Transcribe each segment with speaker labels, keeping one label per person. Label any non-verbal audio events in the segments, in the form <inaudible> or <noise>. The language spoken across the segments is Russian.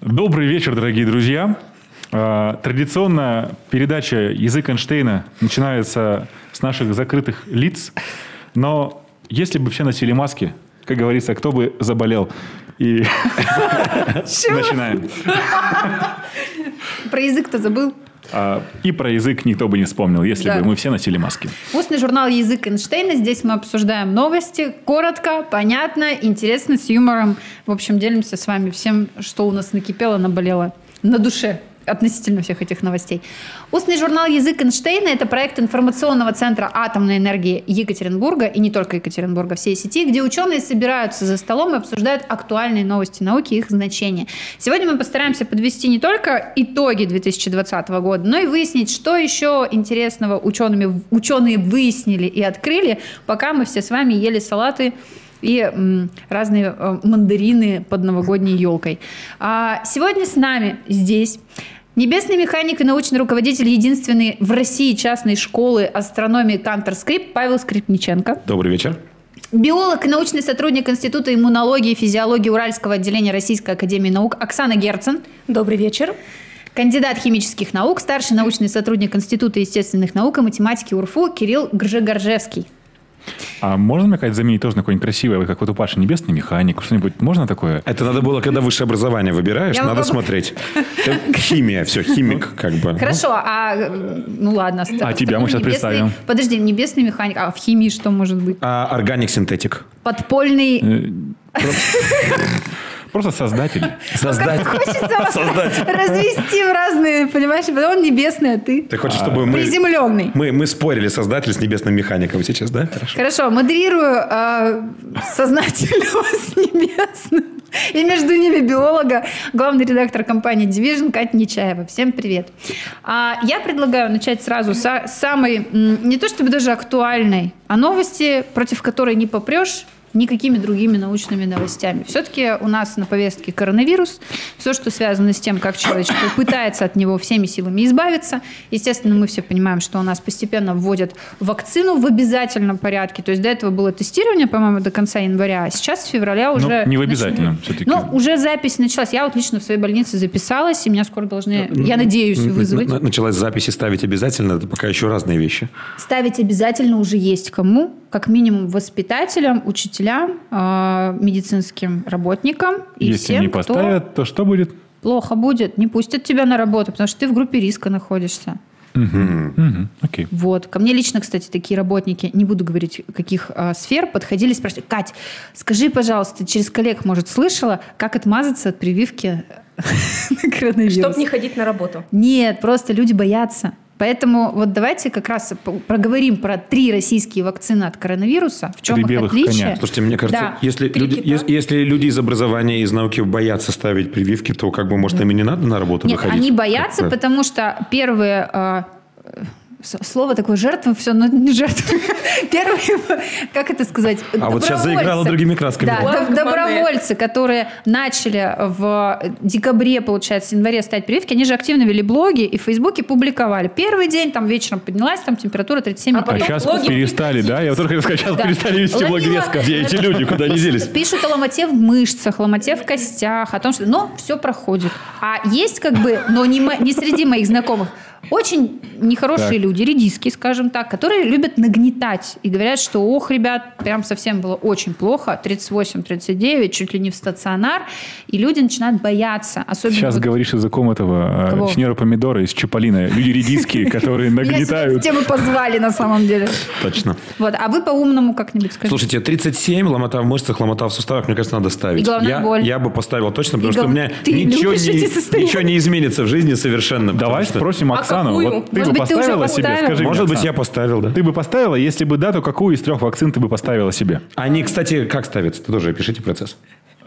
Speaker 1: Добрый вечер, дорогие друзья. Э, Традиционно передача «Язык Эйнштейна» начинается с наших закрытых лиц. Но если бы все носили маски, как говорится, кто бы заболел? И начинаем.
Speaker 2: Про язык-то забыл.
Speaker 1: А, И про язык никто бы не вспомнил, если
Speaker 2: Да.
Speaker 1: бы мы все носили маски.
Speaker 2: Устный журнал «Язык Эйнштейна». Здесь мы обсуждаем новости. Коротко, понятно, интересно, с юмором. В общем, делимся с вами всем, что у нас накипело, наболело на душе относительно всех этих новостей. Устный журнал «Язык Эйнштейна» – это проект информационного центра атомной энергии Екатеринбурга, и не только Екатеринбурга, всей сети, где ученые собираются за столом и обсуждают актуальные новости науки и их значение. Сегодня мы постараемся подвести не только итоги 2020 года, но и выяснить, что еще интересного учеными, ученые выяснили и открыли, пока мы все с вами ели салаты и м, разные э, мандарины под новогодней елкой. А, сегодня с нами здесь Небесный механик и научный руководитель единственной в России частной школы астрономии Кантерскрип Павел Скрипниченко.
Speaker 1: Добрый вечер.
Speaker 2: Биолог и научный сотрудник Института иммунологии и физиологии Уральского отделения Российской академии наук Оксана Герцен.
Speaker 3: Добрый вечер.
Speaker 2: Кандидат химических наук, старший научный сотрудник Института естественных наук и математики УРФУ Кирилл Гржегоржевский.
Speaker 1: А можно, мне кажется, заменить тоже на какое-нибудь красивое, как вот у Паши, небесный механик, что-нибудь? Можно такое?
Speaker 4: Это надо было, когда высшее образование выбираешь,
Speaker 2: Я
Speaker 4: надо
Speaker 2: попробую. <laughs>
Speaker 4: смотреть. Это Химия, все, химик, как бы.
Speaker 2: Хорошо, а э, ну ладно. ст-
Speaker 1: А тебя мы сейчас
Speaker 2: небесный-
Speaker 1: представим.
Speaker 2: Подожди, небесный механик. А в химии что может быть?
Speaker 4: А органик синтетик.
Speaker 2: Ну, Подпольный.
Speaker 1: Э, про- Просто Э, создатель.
Speaker 2: Как хочется вас <laughs> развести в разные, понимаешь? Он небесный, а ты
Speaker 4: Ты хочешь, чтобы мы,
Speaker 2: приземленный.
Speaker 4: мы, мы спорили создатель с небесным механиком сейчас, да? Хорошо.
Speaker 2: Хорошо, модерирую э, сознательного <laughs> с небесным. И между ними биолога, главный редактор компании Division Катя Нечаева. Всем привет. А, я предлагаю начать сразу с самой, м, не то чтобы даже актуальной, а новости, против которой не попрешь, никакими другими научными новостями. Все-таки у нас на повестке коронавирус, все, что связано с тем, как человечество пытается от него всеми силами избавиться. Естественно, мы все понимаем, что у нас постепенно вводят вакцину в обязательном порядке. То есть до этого было тестирование, по-моему, до конца января, а сейчас с февраля
Speaker 1: Ну,
Speaker 2: уже...
Speaker 1: не в обязательном
Speaker 2: начинают.
Speaker 1: всё-таки.
Speaker 2: Ну, уже запись началась. Я вот лично в своей больнице записалась, и меня скоро должны, я надеюсь, вызвать.
Speaker 4: Н- н- Началась запись и ставить обязательно, это пока еще разные вещи.
Speaker 2: Ставить обязательно уже есть кому, как минимум воспитателям, учителям, э, медицинским работникам и
Speaker 1: Если
Speaker 2: всем,
Speaker 1: не
Speaker 2: кто
Speaker 1: поставят, то что будет?
Speaker 2: плохо будет, не пустят тебя на работу, потому что ты в группе риска находишься.
Speaker 1: Мгм, Окей.
Speaker 2: Вот. Ко мне лично, кстати, такие работники, не буду говорить, каких а, сфер, подходили и спрашивали, Кать, скажи, пожалуйста, через коллег, может, слышала, как отмазаться от прививки <laughs> на коронавирус?
Speaker 3: Чтоб не ходить на работу.
Speaker 2: Нет, просто люди боятся. Поэтому вот давайте как раз по- проговорим про три российские вакцины от коронавируса, в чем
Speaker 1: Три
Speaker 2: их
Speaker 1: белых
Speaker 2: отличие.
Speaker 1: коня.
Speaker 4: Слушайте, мне кажется,
Speaker 2: Да.
Speaker 4: если
Speaker 3: Три
Speaker 4: люди,
Speaker 3: кита.
Speaker 4: ес- если люди из образования, из науки боятся ставить прививки, то как бы, может, им и не надо на работу
Speaker 2: Нет,
Speaker 4: выходить?
Speaker 2: они боятся,
Speaker 4: Как бы.
Speaker 2: потому что первые... а, э, с- Слово такое жертва, все, но не жертва. <laughs> Первые, как это сказать?
Speaker 4: А вот сейчас
Speaker 2: добровольцы.
Speaker 4: заиграла другими красками.
Speaker 2: Да,
Speaker 3: Ланг
Speaker 2: доб- добровольцы, которые начали в декабре, получается, январе ставить прививки, они же активно вели блоги и в Фейсбуке публиковали. Первый день, там вечером поднялась, там температура 37.
Speaker 3: А
Speaker 1: А
Speaker 3: Потом
Speaker 1: сейчас
Speaker 3: блоги
Speaker 1: перестали, да? Я вот только сказал, сейчас
Speaker 2: Да.
Speaker 1: перестали вести
Speaker 2: Ловила.
Speaker 1: блоги резко.
Speaker 2: Где эти
Speaker 1: люди? Куда они делись?
Speaker 2: Пишут о ломоте в мышцах, ломоте в костях, о том, что... Но все проходит. А есть как бы, но не, мо- не среди моих знакомых, очень нехорошие
Speaker 1: Так.
Speaker 2: люди, редиски, скажем так, которые любят нагнетать и говорят, что, ох, ребят, прям совсем было очень плохо, 38-39, чуть ли не в стационар, и люди начинают бояться. Особенно
Speaker 1: Сейчас
Speaker 2: вот-
Speaker 1: говоришь языком этого
Speaker 2: Кого?
Speaker 1: э, сеньора помидора из Чаполина. Люди
Speaker 2: <laughs>
Speaker 1: редиски, которые
Speaker 2: Меня сюда
Speaker 1: нагнетают.
Speaker 2: все вы позвали на самом деле.
Speaker 4: Точно.
Speaker 2: Вот, а вы по-умному как-нибудь скажите.
Speaker 4: Слушайте, 37, ломота в мышцах, ломота в суставах, мне кажется, надо ставить.
Speaker 2: И головная
Speaker 4: я,
Speaker 2: боль.
Speaker 4: я бы поставил точно, потому
Speaker 2: И
Speaker 4: что
Speaker 2: гол-
Speaker 4: у меня
Speaker 2: Ты
Speaker 4: ничего
Speaker 2: любишь эти
Speaker 4: не,
Speaker 2: состояния?
Speaker 4: ничего не изменится в жизни совершенно. потому
Speaker 1: Давай
Speaker 4: что-
Speaker 1: спросим
Speaker 3: А
Speaker 1: Оксану.
Speaker 3: какую?
Speaker 1: Вот ты
Speaker 2: Может
Speaker 1: бы
Speaker 2: быть, ты уже
Speaker 1: поставила себе?
Speaker 2: поставила?
Speaker 1: Скажи мне,
Speaker 4: Может быть,
Speaker 1: Оксана,
Speaker 4: я поставил, да?
Speaker 1: Ты бы поставила? Если бы да, то какую из трех вакцин ты бы поставила себе?
Speaker 4: Они, кстати, как ставятся? Ты тоже пишите процесс.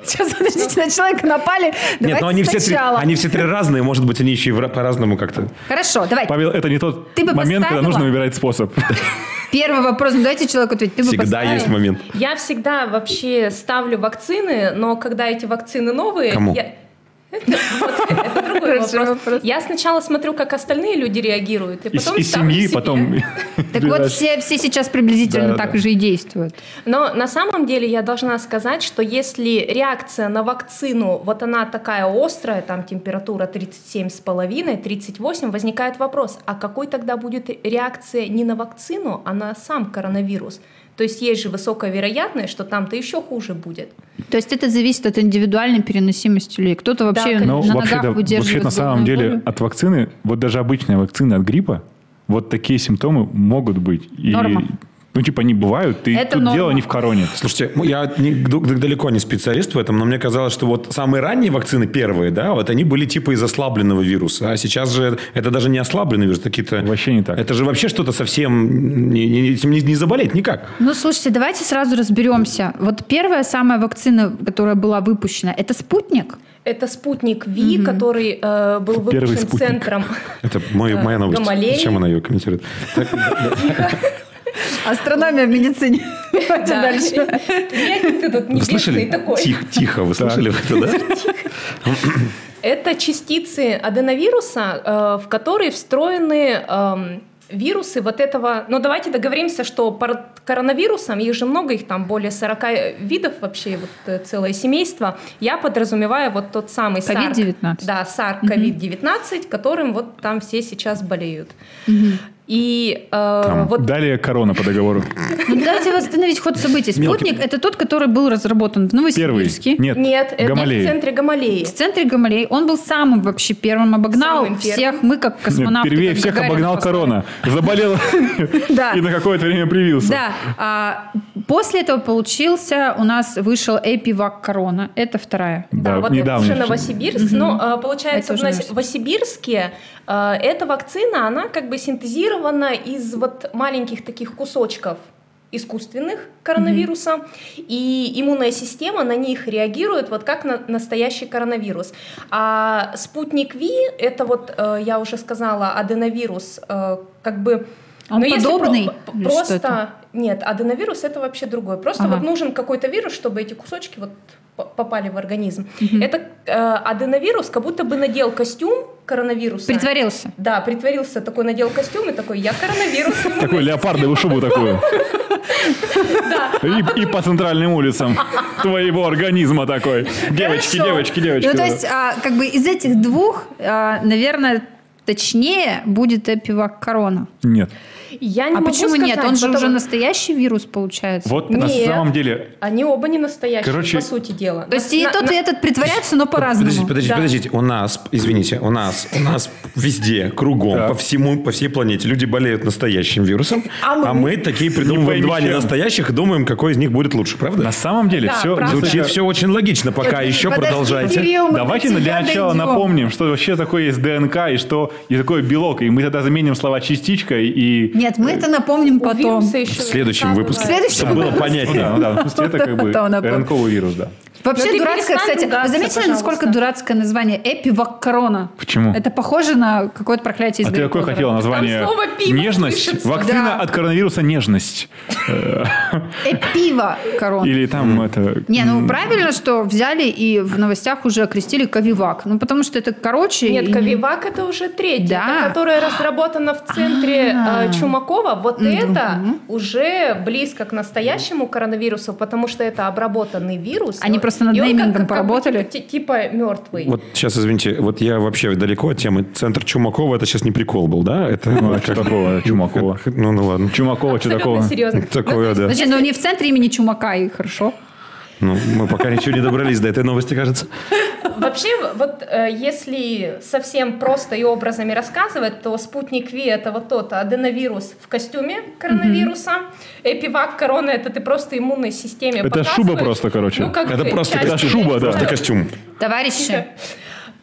Speaker 2: Сейчас, подождите, на человека напали.
Speaker 4: Нет,
Speaker 2: Давайте
Speaker 4: но они все, три,
Speaker 2: сначала.
Speaker 4: они все три разные, может быть, они еще и вра- по-разному как-то.
Speaker 2: Хорошо, давай.
Speaker 1: Павел, это не тот
Speaker 2: Ты бы
Speaker 1: момент, когда
Speaker 2: поставила?
Speaker 1: нужно выбирать способ.
Speaker 2: Первый вопрос. Ну, Дайте человеку ответить. Ты бы
Speaker 4: Всегда
Speaker 2: поставил?
Speaker 4: есть момент.
Speaker 3: Я всегда вообще ставлю вакцины, но когда эти вакцины новые...
Speaker 4: Кому?
Speaker 3: я- Это другой
Speaker 2: Хороший
Speaker 3: вопрос.
Speaker 2: вопрос.
Speaker 3: Я сначала смотрю, как остальные люди реагируют, и
Speaker 1: Из,
Speaker 3: потом
Speaker 1: из
Speaker 3: ставлю
Speaker 1: семьи,
Speaker 3: себе.
Speaker 1: потом...
Speaker 2: Так вот, все, все сейчас приблизительно
Speaker 1: Да,
Speaker 2: так
Speaker 1: да.
Speaker 2: же и действуют.
Speaker 3: Но на самом деле я должна сказать, что если реакция на вакцину, вот она такая острая, там температура 37,5, 38, возникает вопрос, а какой тогда будет реакция не на вакцину, а на сам коронавирус? То есть есть же высокая вероятность, что там-то еще хуже будет.
Speaker 2: То есть это зависит от индивидуальной переносимости людей. Кто-то вообще
Speaker 3: конечно.
Speaker 2: на
Speaker 1: Ну, вообще,
Speaker 2: ногах
Speaker 1: вообще,
Speaker 2: удерживает
Speaker 1: на самом
Speaker 2: головную
Speaker 1: деле,
Speaker 2: боль.
Speaker 1: от вакцины, вот даже обычная вакцина от гриппа, вот такие симптомы могут быть. И,
Speaker 2: Норма.
Speaker 1: Ну, типа, они бывают, и
Speaker 2: Это
Speaker 1: тут
Speaker 2: норма.
Speaker 1: дело не в короне.
Speaker 4: Слушайте, ну, я не- д- д- далеко не специалист в этом, но мне казалось, что вот самые ранние вакцины, первые, да, вот они были типа из ослабленного вируса. А сейчас же это даже не ослабленный вирус, это какие-то...
Speaker 1: Вообще не так.
Speaker 4: Это же вообще что-то совсем... не- не- Этим не- не заболеть никак.
Speaker 2: Ну, слушайте, давайте сразу разберемся. Вот первая самая вакцина, которая была выпущена, это спутник.
Speaker 3: Это спутник Ви, который э, был
Speaker 1: Первый
Speaker 3: выпущен
Speaker 1: спутник.
Speaker 3: центром
Speaker 4: Это мой- моя новость.
Speaker 3: А, Гамалеи.
Speaker 4: Зачем она ее комментирует?
Speaker 2: Астрономия в медицине. Давайте
Speaker 3: <laughs> Да.
Speaker 2: дальше.
Speaker 3: Нет, ты тут
Speaker 4: Вы
Speaker 3: небесный
Speaker 4: слышали?
Speaker 3: такой.
Speaker 4: Тихо, тихо, вы слышали это, да?
Speaker 3: Это частицы аденовируса, э, в которые встроены эм, вирусы вот этого... Ну, давайте договоримся, что под коронавирусом, их же много, их там более 40 видов вообще, вот э, целое семейство. Я подразумеваю вот тот самый SARS.
Speaker 2: COVID-19.
Speaker 3: Да, SARS COVID-19, которым вот там все сейчас болеют. И э,
Speaker 1: Там.
Speaker 3: вот
Speaker 1: Далее корона по
Speaker 2: <laughs>
Speaker 1: договору.
Speaker 2: Ну, давайте восстановить ход событий.
Speaker 4: Мелкий.
Speaker 2: Спутник – это тот, который был разработан в
Speaker 1: Первый.
Speaker 2: Новосибирске.
Speaker 1: Нет,
Speaker 3: Нет, это в
Speaker 1: Гамалеи.
Speaker 3: центре Гамалеи.
Speaker 2: В центре Гамалеи. Он был самым вообще первым. Обогнал
Speaker 3: Самым первым.
Speaker 2: всех. Мы как космонавты.
Speaker 1: Первее
Speaker 2: как
Speaker 1: всех
Speaker 2: Гагарин
Speaker 1: обогнал
Speaker 2: послали.
Speaker 1: корона. Заболел
Speaker 2: <laughs> Да.
Speaker 1: и на какое-то время привился.
Speaker 2: Да. А, после этого получился, у нас вышел Эпивак Корона. Это вторая.
Speaker 3: Да, вот
Speaker 1: недавно.
Speaker 3: это уже Новосибирск. Но а,
Speaker 2: Это
Speaker 3: получается, в
Speaker 2: уже Новосибирск.
Speaker 3: Новосибирске а, эта вакцина, она как бы синтезирована из вот маленьких таких кусочков искусственных коронавируса, и иммунная система на них реагирует вот как на настоящий коронавирус. А спутник Ви, это вот, э, я уже сказала, аденовирус, э, как бы...
Speaker 2: Он
Speaker 3: но если
Speaker 2: подобный
Speaker 3: про-
Speaker 2: или что это?
Speaker 3: просто... Нет, аденовирус это вообще другое. Просто
Speaker 2: Ага.
Speaker 3: вот ну, нужен какой-то вирус, чтобы эти кусочки вот п- попали в организм. Это э, аденовирус, как будто бы надел костюм коронавируса.
Speaker 2: Притворился.
Speaker 3: Да, притворился такой, надел костюм и такой, я коронавирус.
Speaker 2: <laughs>
Speaker 1: Такую леопардовую шубу такую. И, и по центральным улицам твоего организма такой. Девочки,
Speaker 2: Хорошо.
Speaker 1: девочки, девочки.
Speaker 2: Ну, то
Speaker 1: да.
Speaker 2: есть, а, как бы из этих двух, а, наверное, точнее будет Эпивак Корона.
Speaker 1: Нет.
Speaker 3: Я
Speaker 2: а
Speaker 3: не могу
Speaker 2: почему нет?
Speaker 3: сказать,
Speaker 2: Он же
Speaker 3: потому-
Speaker 2: уже настоящий вирус получается.
Speaker 1: Вот на
Speaker 3: Нет.
Speaker 1: самом деле...
Speaker 3: Они оба не настоящие,
Speaker 1: Короче-
Speaker 3: по сути дела.
Speaker 2: То есть и
Speaker 3: На-
Speaker 2: тот, и этот притворяются, но по-разному.
Speaker 4: Подождите, подождите,
Speaker 3: Да.
Speaker 4: подождите. У нас, извините, у нас, у нас везде, кругом,
Speaker 1: Так.
Speaker 4: по всему, по всей планете люди болеют настоящим вирусом,
Speaker 3: А мы-
Speaker 4: а мы такие придумываем
Speaker 1: пойми
Speaker 4: два
Speaker 1: чем.
Speaker 4: ненастоящих и думаем, какой из них будет лучше, правда?
Speaker 1: На самом деле
Speaker 3: Да,
Speaker 1: все
Speaker 3: правда.
Speaker 4: Звучит все очень логично, пока еще
Speaker 2: Подожди,
Speaker 4: продолжайте.
Speaker 2: Кирилл, мы
Speaker 1: а Давайте
Speaker 2: до
Speaker 1: для
Speaker 2: тебя
Speaker 1: начала
Speaker 2: дойдем.
Speaker 1: напомним, что вообще такое есть ДНК и что и такое белок. И мы тогда заменим слова частичка и...
Speaker 2: Нет, мы это напомним
Speaker 3: на- у
Speaker 2: потом.
Speaker 3: вируса еще
Speaker 4: В следующем
Speaker 3: там
Speaker 4: выпуске.
Speaker 2: В
Speaker 3: бывает.
Speaker 2: следующем
Speaker 4: Чтобы было
Speaker 1: Ну да,
Speaker 4: понятнее.
Speaker 1: ну да, ну, то есть это как бы
Speaker 2: Да, он напомнил.
Speaker 1: РНКовый вирус, да.
Speaker 3: Но
Speaker 2: Вообще
Speaker 3: ты
Speaker 2: дурацкое,
Speaker 3: перестань
Speaker 2: кстати, вы
Speaker 3: ругаться,
Speaker 2: заметили, насколько
Speaker 3: пожалуйста.
Speaker 2: дурацкое название? Эпивак корона.
Speaker 1: Почему?
Speaker 2: Это похоже на какое-то проклятие
Speaker 1: А
Speaker 2: из
Speaker 1: ты
Speaker 2: Гарри
Speaker 1: какое
Speaker 2: Поттера.
Speaker 1: хотела название?
Speaker 3: Там слово «пиво»
Speaker 1: Нежность?
Speaker 3: слышится.
Speaker 1: Вакцина
Speaker 2: Да.
Speaker 1: от коронавируса «Нежность».
Speaker 2: Эпива корона.
Speaker 1: Или там это...
Speaker 2: Э, Не, ну правильно, что взяли и в новостях уже окрестили Ковивак. Ну потому что это короче. и
Speaker 3: Нет,
Speaker 2: не-
Speaker 3: Ковивак это уже третья,
Speaker 2: Да.
Speaker 3: та, которая разработана в центре
Speaker 2: А.
Speaker 3: э, Чумакова. Вот это уже близко к настоящему коронавирусу, потому что это обработанный вирус.
Speaker 2: Они просто над
Speaker 3: И он как-
Speaker 2: неймингом
Speaker 3: как бы
Speaker 2: поработали.
Speaker 3: ти- Типа мертвый.
Speaker 4: Вот сейчас, извините, вот я вообще далеко от темы. Центр Чумакова, это сейчас не прикол был, да? Это
Speaker 1: <laughs> Ну, а что такого? Чумакова.
Speaker 4: Ну, ну ладно.
Speaker 1: Чумакова, что такого?
Speaker 3: Абсолютно
Speaker 1: <laughs>
Speaker 3: серьезно.
Speaker 4: Такое, да.
Speaker 2: Значит, ну не в центре имени Чумака, и хорошо.
Speaker 4: Ну, мы пока ничего не добрались до этой новости, кажется.
Speaker 3: Вообще, вот э, если совсем просто и образами рассказывать, то спутник Ви это вот тот аденовирус в костюме коронавируса, эпивак корона это ты просто иммунной системе
Speaker 1: Это шуба
Speaker 3: показываешь.
Speaker 1: просто, короче.
Speaker 3: Ну, как
Speaker 4: Это
Speaker 3: бы
Speaker 4: просто
Speaker 3: часть
Speaker 1: костюм. Шуба,
Speaker 3: тебя
Speaker 1: да.
Speaker 3: не
Speaker 4: Просто
Speaker 3: знаю.
Speaker 4: костюм.
Speaker 2: Товарищи,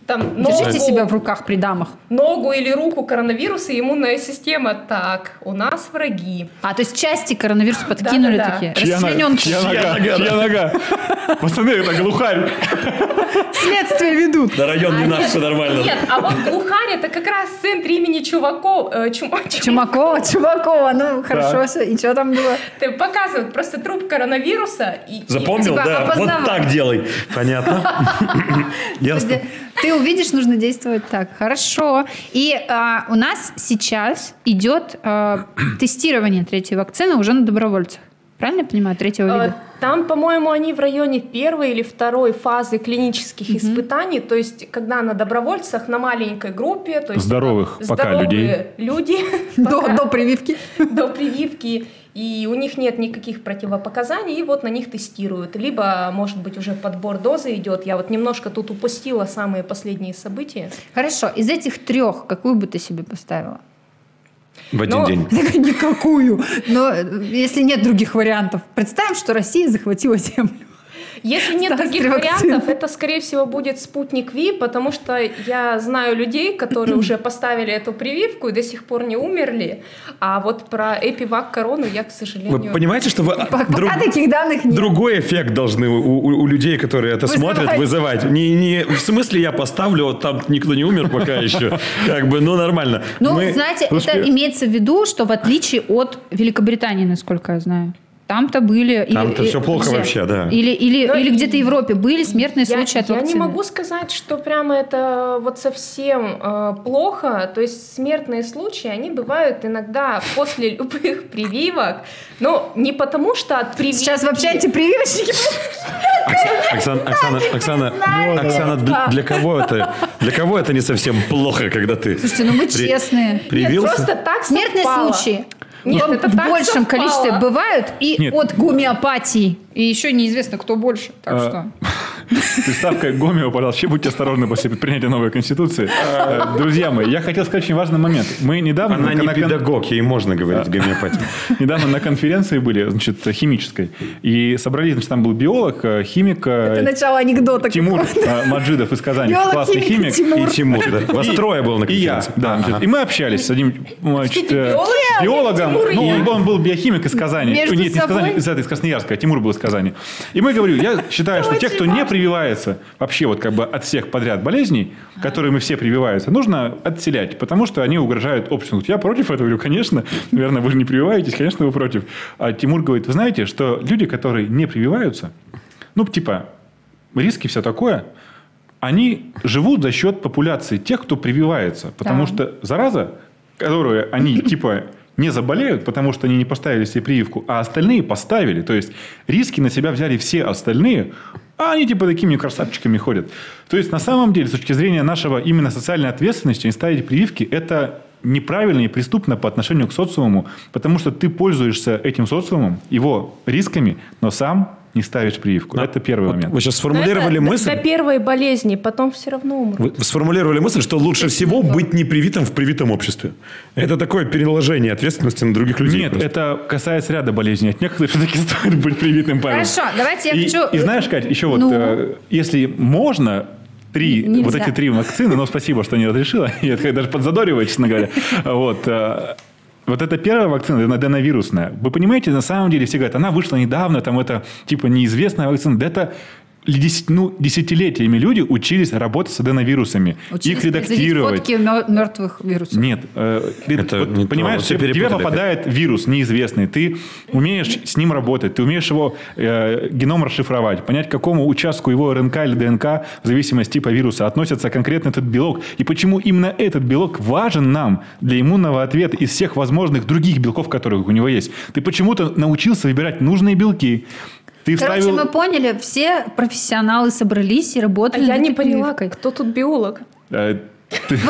Speaker 3: там ногу,
Speaker 2: Держите себя в руках при дамах.
Speaker 3: ногу или руку коронавируса, и иммунная система. Так, у нас враги.
Speaker 2: А, то есть части коронавируса подкинули
Speaker 3: да.
Speaker 2: такие.
Speaker 1: Чья, нога?
Speaker 2: Расчлененку.
Speaker 1: чья нога? Чья нога? Пацаны, это глухарь.
Speaker 2: Следствие ведут.
Speaker 5: На район не
Speaker 3: А,
Speaker 5: наш,
Speaker 3: нет,
Speaker 5: все нормально.
Speaker 3: Нет, а вот глухарь это как раз в центре имени Чуваков. э, Чума- Чум-
Speaker 2: Чумакова, Чумакова, ну хорошо, все, и что там было?
Speaker 3: Ты показывают просто труп коронавируса. И, и-
Speaker 5: Запомнил,
Speaker 2: Типа,
Speaker 5: да? Вот
Speaker 2: опознавай.
Speaker 5: так делай.
Speaker 4: Понятно. Ясно.
Speaker 2: Ты увидишь, нужно действовать так. Хорошо. И а, у нас сейчас идет а, тестирование третьей вакцины уже на добровольцах. Правильно я понимаю? Третьего
Speaker 3: э,
Speaker 2: вида.
Speaker 3: Там, по-моему, они в районе первой или второй фазы клинических испытаний, то есть когда на добровольцах, на маленькой группе, то есть
Speaker 1: Здоровых
Speaker 3: там
Speaker 1: пока
Speaker 3: здоровые люди
Speaker 2: До, до прививки.
Speaker 3: <laughs> до прививки, и у них нет никаких противопоказаний, и вот на них тестируют. Либо, может быть, уже подбор дозы идет. Я вот немножко тут упустила самые последние события.
Speaker 2: Хорошо. Из этих трех, какую бы ты себе <laughs> поставила?
Speaker 4: В один
Speaker 3: Ну,
Speaker 4: день.
Speaker 2: Никакую. Но э, если нет других вариантов, представим, что Россия захватила землю.
Speaker 3: Если нет
Speaker 2: Ставь
Speaker 3: других
Speaker 2: три вакцины.
Speaker 3: вариантов, это, скорее всего, будет спутник Ви, потому что я знаю людей, которые уже поставили эту прививку и до сих пор не умерли. А вот про эпивак корону я, к
Speaker 4: Вы
Speaker 3: сожалению...
Speaker 4: понимаете, что вы
Speaker 2: <laughs> Пока
Speaker 4: друг-
Speaker 2: таких данных нет.
Speaker 4: другой эффект должны у, у- у людей, которые это
Speaker 2: Вызывать.
Speaker 4: смотрят, вызывать. Не, не, в смысле я поставлю, вот там никто не умер пока еще. Как бы, ну нормально.
Speaker 2: Ну,
Speaker 4: Мы-
Speaker 2: знаете,
Speaker 1: слушайте-
Speaker 2: это имеется в виду, что в отличие от Великобритании, насколько я знаю, там-то были... или-
Speaker 4: Там-то
Speaker 2: и-
Speaker 4: всё плохо
Speaker 2: где?
Speaker 4: вообще, да.
Speaker 2: Или, или,
Speaker 3: Да,
Speaker 2: или
Speaker 3: и-
Speaker 2: где-то в Европе были смертные
Speaker 3: Я,
Speaker 2: случаи от
Speaker 3: я
Speaker 2: вакцины.
Speaker 3: не могу сказать, что прямо это вот совсем э, плохо. То есть смертные случаи, они бывают иногда после <laughs> любых прививок. Но не потому, что от прививки...
Speaker 2: Сейчас вообще антипрививочники...
Speaker 4: Оксана, Оксана, Оксана, Оксана, для для кого это? Для кого это не совсем плохо, когда ты
Speaker 2: Слушайте, ну мы
Speaker 4: при-
Speaker 2: честные.
Speaker 4: привился?
Speaker 3: Просто так
Speaker 2: Смертные
Speaker 3: совпало.
Speaker 2: случаи
Speaker 3: Нет,
Speaker 2: в-
Speaker 3: это
Speaker 2: в
Speaker 3: так
Speaker 2: большем
Speaker 3: совпало.
Speaker 2: количестве бывают и
Speaker 1: Нет.
Speaker 2: от гомеопатии. И еще неизвестно, кто больше. Так
Speaker 1: А,
Speaker 2: что...
Speaker 1: Приставка Гомео, пожалуйста, вообще будьте осторожны после принятия новой конституции. Э, Друзья мои, я хотел сказать очень важный момент. Мы недавно...
Speaker 4: Она не
Speaker 1: на кон-
Speaker 4: педагог, ей можно говорить гомеопатия.
Speaker 1: Недавно на конференции были, значит, химической. И собрались, значит, там был биолог, э, химик э,
Speaker 2: Это начало анекдота.
Speaker 1: Тимур э, Маджидов из Казани.
Speaker 2: Биолог,
Speaker 1: Классный
Speaker 2: химик и
Speaker 1: химик.
Speaker 2: Тимур.
Speaker 4: И Тимур, да. Вас
Speaker 1: И-
Speaker 4: трое было на
Speaker 1: И я,
Speaker 4: конференции.
Speaker 1: да. значит, И мы общались с одним значит, э,
Speaker 3: Биолог,
Speaker 1: биологом.
Speaker 3: Тимур и
Speaker 1: Ну,
Speaker 3: я.
Speaker 1: он, он был биохимик из Казани.
Speaker 2: Между
Speaker 1: Ой, Нет, не из
Speaker 2: собой?
Speaker 1: Казани, из, этой, из Красноярска. а Тимур был из Казани. И мы говорю, я считаю, что те, кто не прививается вообще вот как бы от всех подряд болезней, которые мы все прививаются, нужно отселять, потому что они угрожают обществу. Я против этого говорю, конечно, наверное, вы же не прививаетесь, конечно, вы против. А Тимур говорит, вы знаете, что люди, которые не прививаются, ну, типа, риски, все такое, они живут за счет популяции тех, кто прививается. Потому
Speaker 2: Да.
Speaker 1: что зараза, которую они типа не заболеют, потому что они не поставили себе прививку, а остальные поставили. То есть риски на себя взяли все остальные, а они типа такими красавчиками ходят. То есть на самом деле, с точки зрения нашего именно социальной ответственности, не ставить прививки – это неправильно и преступно по отношению к социуму, потому что ты пользуешься этим социумом, его рисками, но сам не ставишь прививку. Это первый момент.
Speaker 4: Вы сейчас
Speaker 3: Но это
Speaker 4: сформулировали
Speaker 2: Ну,
Speaker 3: до-
Speaker 4: мысль.
Speaker 3: До первой болезни, потом все равно умрут.
Speaker 4: Вы сформулировали мысль, что лучше всего быть непривитым в привитом обществе. Это такое переложение ответственности на других людей.
Speaker 1: Нет,
Speaker 4: просто.
Speaker 1: это касается ряда болезней. От некоторых все-таки <laughs> стоит быть привитым, Павел.
Speaker 2: Хорошо, давайте я
Speaker 1: и,
Speaker 2: хочу...
Speaker 1: И знаешь, Кать, еще
Speaker 2: Ну.
Speaker 1: вот, э, если можно, три,
Speaker 2: Нельзя.
Speaker 1: вот эти три вакцины, но спасибо, что не разрешила, <laughs> я такая даже подзадориваю, честно говоря. <laughs> Вот, э, вот эта первая вакцина, аденовирусная, вы понимаете, на самом деле все говорят, она вышла недавно, там это типа неизвестная вакцина, да это десять- ну, десятилетиями люди учились работать с аденовирусами,
Speaker 2: Учились
Speaker 1: их
Speaker 2: производить
Speaker 1: редактировать.
Speaker 2: Фотки мё- мертвых вирусов.
Speaker 1: Нет, э, ты
Speaker 4: Это
Speaker 1: вот
Speaker 4: не то.
Speaker 1: понимаешь,
Speaker 4: Все
Speaker 1: тебе- тебе
Speaker 4: перепутали
Speaker 1: попадает вирус неизвестный, ты умеешь с ним работать, ты умеешь его э, геном расшифровать, понять, к какому участку его РНК или ДНК в зависимости типа вируса относится конкретно этот белок, и почему именно этот белок важен нам для иммунного ответа из всех возможных других белков, которых у него есть. Ты почему-то научился выбирать нужные белки, ты
Speaker 2: Короче,
Speaker 1: вставил...
Speaker 2: мы поняли, все профессионалы собрались и
Speaker 3: А
Speaker 2: работали.
Speaker 3: я
Speaker 2: над
Speaker 3: не
Speaker 2: этой
Speaker 3: поняла,
Speaker 2: прививкой.
Speaker 3: кто тут биолог.
Speaker 1: Э,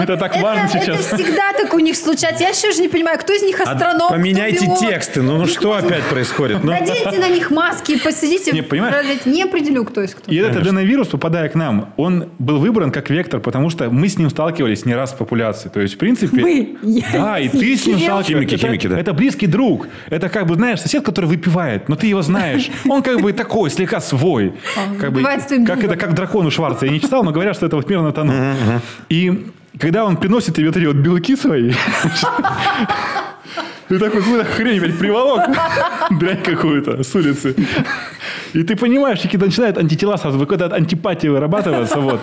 Speaker 1: Это так
Speaker 2: это,
Speaker 1: важно
Speaker 2: это
Speaker 1: сейчас.
Speaker 2: всегда так у них случается. Я еще же не понимаю, кто из них
Speaker 4: А
Speaker 2: астроном,
Speaker 4: Поменяйте
Speaker 2: кто биолог.
Speaker 4: тексты. Ну, ну что опять происходит? Ну,
Speaker 2: Наденьте на них маски и посидите.
Speaker 1: Не, понимаешь?
Speaker 2: разве- Не определю, кто из кто.
Speaker 1: И этот аденовирус, попадая к нам, он был выбран как вектор, потому что мы с ним сталкивались не раз в популяции. То есть, в принципе...
Speaker 2: Мы. Я
Speaker 1: Да, и
Speaker 2: с ним.
Speaker 1: ты с ним
Speaker 2: Кирилл.
Speaker 1: сталкиваешься.
Speaker 4: Химики,
Speaker 1: Это-
Speaker 4: химики, да.
Speaker 1: Это близкий друг. Это как бы, знаешь, сосед, который выпивает, но ты его знаешь. Он как бы такой, слегка свой. Как бы,
Speaker 2: бывает с твоим
Speaker 1: как
Speaker 2: другом.
Speaker 1: это, как дракон у Шварца. Я не читал, но говорят, что это вот примерно тону. И когда он приносит тебе вот эти вот белки свои, ты такой, какую-то хрень, блядь, приволок. Дрянь какую-то с улицы. И ты понимаешь, какие-то начинают антитела сразу, какая-то антипатия вырабатываться. Вот.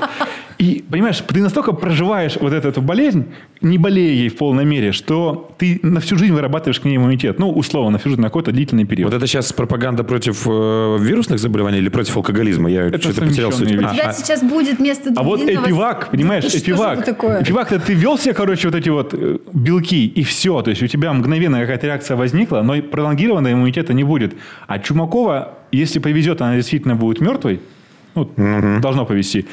Speaker 1: И, понимаешь, ты настолько проживаешь вот эту, эту болезнь, не болея ей в полной мере, что ты на всю жизнь вырабатываешь к ней иммунитет. Ну, условно, на всю жизнь, на какой-то длительный период.
Speaker 4: <laughs> Вот это сейчас пропаганда против э, вирусных заболеваний или против алкоголизма? Я что-то потерял суть.
Speaker 1: совмещенные
Speaker 2: У тебя
Speaker 4: А, а,
Speaker 2: сейчас будет место для
Speaker 1: А вот
Speaker 2: длинного-
Speaker 1: эпивак, понимаешь,
Speaker 2: Да что же
Speaker 1: эпивак.
Speaker 2: это такое?
Speaker 1: Эпивак-то ты вел себе, короче, вот эти вот э, белки, и все. То есть у тебя мгновенно какая-то реакция возникла, но и пролонгированного иммунитета не будет. А Чумакова, если повезет, она действительно будет мертвой, ну, должно повести,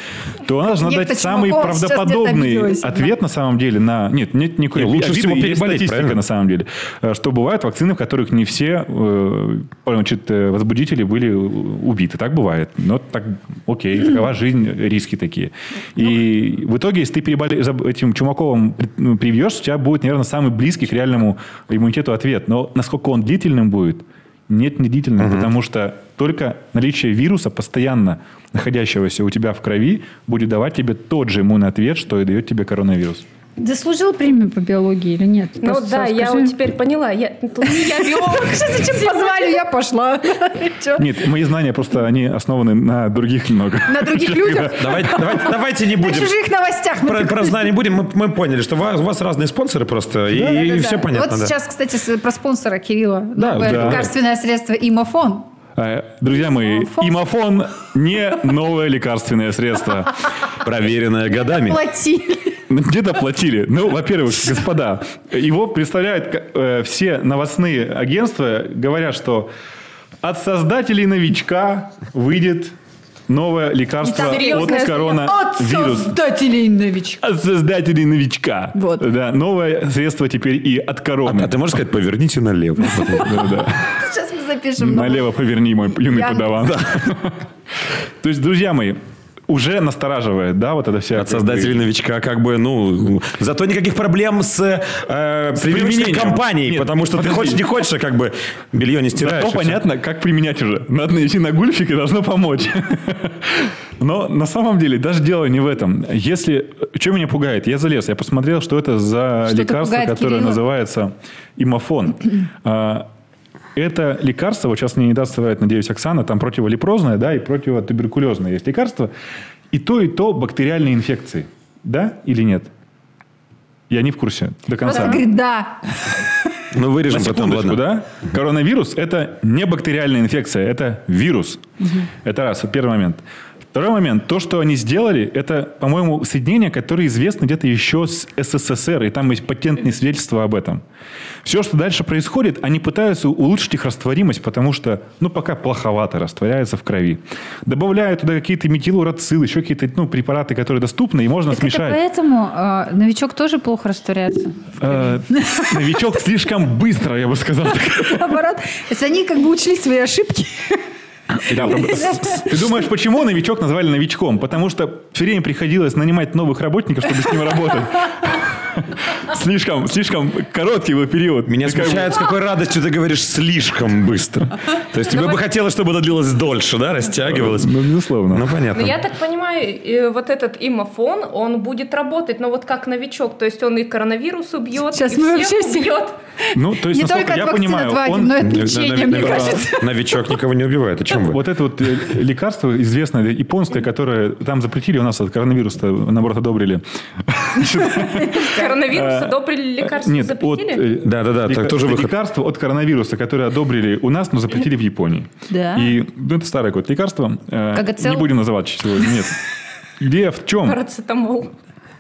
Speaker 1: то она должна
Speaker 2: Некто
Speaker 1: дать самый
Speaker 2: Чумакова сейчас где-то
Speaker 1: правдоподобный
Speaker 2: обиделась, да.
Speaker 1: ответ на самом деле на... Нет, нет никакой
Speaker 4: Не, лучше
Speaker 1: обиды,
Speaker 4: всего
Speaker 1: есть
Speaker 4: переболеть,
Speaker 1: статистика,
Speaker 4: правильно?
Speaker 1: на самом деле. Э, Что бывают вакцины, в которых не все э, значит, э, возбудители были э, убиты. Так бывает. Но так, окей, такова жизнь, э, риски такие. И в итоге, если ты переболе... за- этим Чумаковым ну, привьешь, у тебя будет, наверное, самый близкий к реальному иммунитету ответ. Но насколько он длительным будет, нет, не длительным, потому что только наличие вируса, постоянно находящегося у тебя в крови, будет давать тебе тот же иммунный ответ, что и дает тебе коронавирус.
Speaker 2: Ты служил премию по биологии или нет?
Speaker 3: Ну
Speaker 2: Просто
Speaker 3: да, я
Speaker 2: скажи.
Speaker 3: вот теперь
Speaker 2: <laughs>
Speaker 3: поняла. Я, тут не я биолог.
Speaker 2: Зачем позвали, я пошла. Чё?
Speaker 1: Нет, мои знания просто они основаны на других немного.
Speaker 2: На других людях?
Speaker 4: А, Давайте, давайте, давайте не
Speaker 2: На
Speaker 4: будем.
Speaker 2: чужих новостях. мы
Speaker 4: Про,
Speaker 2: так-
Speaker 4: про знания будем. Мы, мы поняли, что ва- у вас, разные спонсоры просто, и, и
Speaker 2: Да-да-да.
Speaker 4: все понятно.
Speaker 2: Вот
Speaker 4: да.
Speaker 2: сейчас, кстати, с- про спонсора Кирилла.
Speaker 1: Да,
Speaker 2: Новое
Speaker 1: да.
Speaker 2: Лекарственное средство «Имофон».
Speaker 1: <laughs> Э, Друзья мои,
Speaker 2: Имофон.
Speaker 1: имофон не новое лекарственное средство.
Speaker 4: Проверенное годами.
Speaker 2: Платили.
Speaker 1: Где-то платили. Ну, во-первых, господа, его представляют э, все новостные агентства, говорят, что от создателей новичка выйдет новое лекарство
Speaker 2: там серьезное
Speaker 1: от
Speaker 2: слово.
Speaker 1: коронавируса.
Speaker 2: создателей новичка.
Speaker 1: От создателей новичка.
Speaker 2: Вот.
Speaker 1: Да, новое средство теперь и от короны.
Speaker 4: А ты можешь сказать, поверните налево.
Speaker 1: Да-да.
Speaker 2: Сейчас мы запишем. новость.
Speaker 1: Налево поверни, мой юный
Speaker 2: Яндекс.
Speaker 1: подаван. То есть, друзья мои, уже настораживает, да, вот это вся...
Speaker 4: От создателей новичка, как бы, ну, зато никаких проблем с, э, применением
Speaker 1: применением.
Speaker 4: компанией,
Speaker 1: Нет,
Speaker 4: потому что ты
Speaker 1: подожди.
Speaker 4: хочешь, не хочешь, а как бы белье не стираешь.
Speaker 1: Зато
Speaker 4: и всё.
Speaker 1: понятно, как применять уже. Надо найти на гульфик и должно помочь. <laughs> Но на самом деле даже дело не в этом. Если... Что меня пугает? Я залез, я посмотрел, что это за
Speaker 2: Что-то
Speaker 1: лекарство,
Speaker 2: пугает
Speaker 1: которое
Speaker 2: Кирилла?
Speaker 1: называется
Speaker 2: <clears throat>
Speaker 1: имофон. А, Это лекарство, вот сейчас мне не даст соврать, надеюсь, Оксана, там противолепрозное, да, и противотуберкулезное есть лекарство. И то, и то бактериальные инфекции. Да или нет? Я не в курсе до
Speaker 2: Просто
Speaker 1: конца.
Speaker 2: говорит, да.
Speaker 4: Ну, вырежем
Speaker 1: На
Speaker 4: потом,
Speaker 1: секундочку,
Speaker 4: ладно.
Speaker 1: да? Коронавирус – это не бактериальная инфекция, это вирус. Это раз, первый момент. Второй момент. То, что они сделали, это, по-моему, соединение, которое известно где-то еще с СССР, и там есть патентные свидетельства об этом. Все, что дальше происходит, они пытаются улучшить их растворимость, потому что, ну, пока плоховато растворяется в крови. Добавляют туда какие-то метилурацилы, еще какие-то, ну, препараты, которые доступны, и можно
Speaker 2: Так это
Speaker 1: смешать.
Speaker 2: поэтому э, новичок тоже плохо растворяется.
Speaker 1: Э, Новичок слишком быстро, я бы сказал. так.
Speaker 2: Наоборот. То есть они как бы учли свои ошибки.
Speaker 1: Да, проб- Ты думаешь, почему новичок назвали новичком? Потому что все время приходилось нанимать новых работников, чтобы с ним работать. Слишком, слишком короткий был период.
Speaker 4: Меня
Speaker 1: Ты Ну, как бы-
Speaker 4: смущает, с какой радостью ты говоришь слишком быстро. То есть тебе бы хотелось, чтобы это длилось дольше, да, растягивалось.
Speaker 1: Ну, безусловно.
Speaker 4: Ну, понятно.
Speaker 3: Но я так понимаю, э, вот этот имофон, он будет работать, но вот как новичок, то есть он и коронавирус убьет,
Speaker 2: Сейчас
Speaker 3: и
Speaker 2: мы
Speaker 3: всех
Speaker 2: вообще все-
Speaker 3: убьет.
Speaker 1: Ну, то есть,
Speaker 2: Не
Speaker 1: насколько
Speaker 2: только от
Speaker 1: я
Speaker 2: вакцины
Speaker 1: понимаю,
Speaker 2: отвадим,
Speaker 1: он-
Speaker 2: но и от
Speaker 4: Нав-
Speaker 2: лечения,
Speaker 4: нав-
Speaker 2: мне
Speaker 4: нав-
Speaker 2: кажется.
Speaker 4: Новичок никого не убивает. О чем вы?
Speaker 1: Вот это вот э, лекарство известное, японское, которое там запретили у нас от коронавируса, наоборот, одобрили.
Speaker 3: Коронавирус одобрили лекарства,
Speaker 1: А, Нет, от...
Speaker 3: запретили?
Speaker 1: э,
Speaker 4: Да-да-да, так
Speaker 1: лека-
Speaker 4: тоже выход.
Speaker 1: Лекарство от коронавируса, которое одобрили у нас, но запретили в Японии.
Speaker 2: Да.
Speaker 1: И ну, это старое какое-то лекарство. Э,
Speaker 2: Коголцел?
Speaker 1: Не будем называть сегодня, нет. Где, в чем?
Speaker 3: Парацетамол.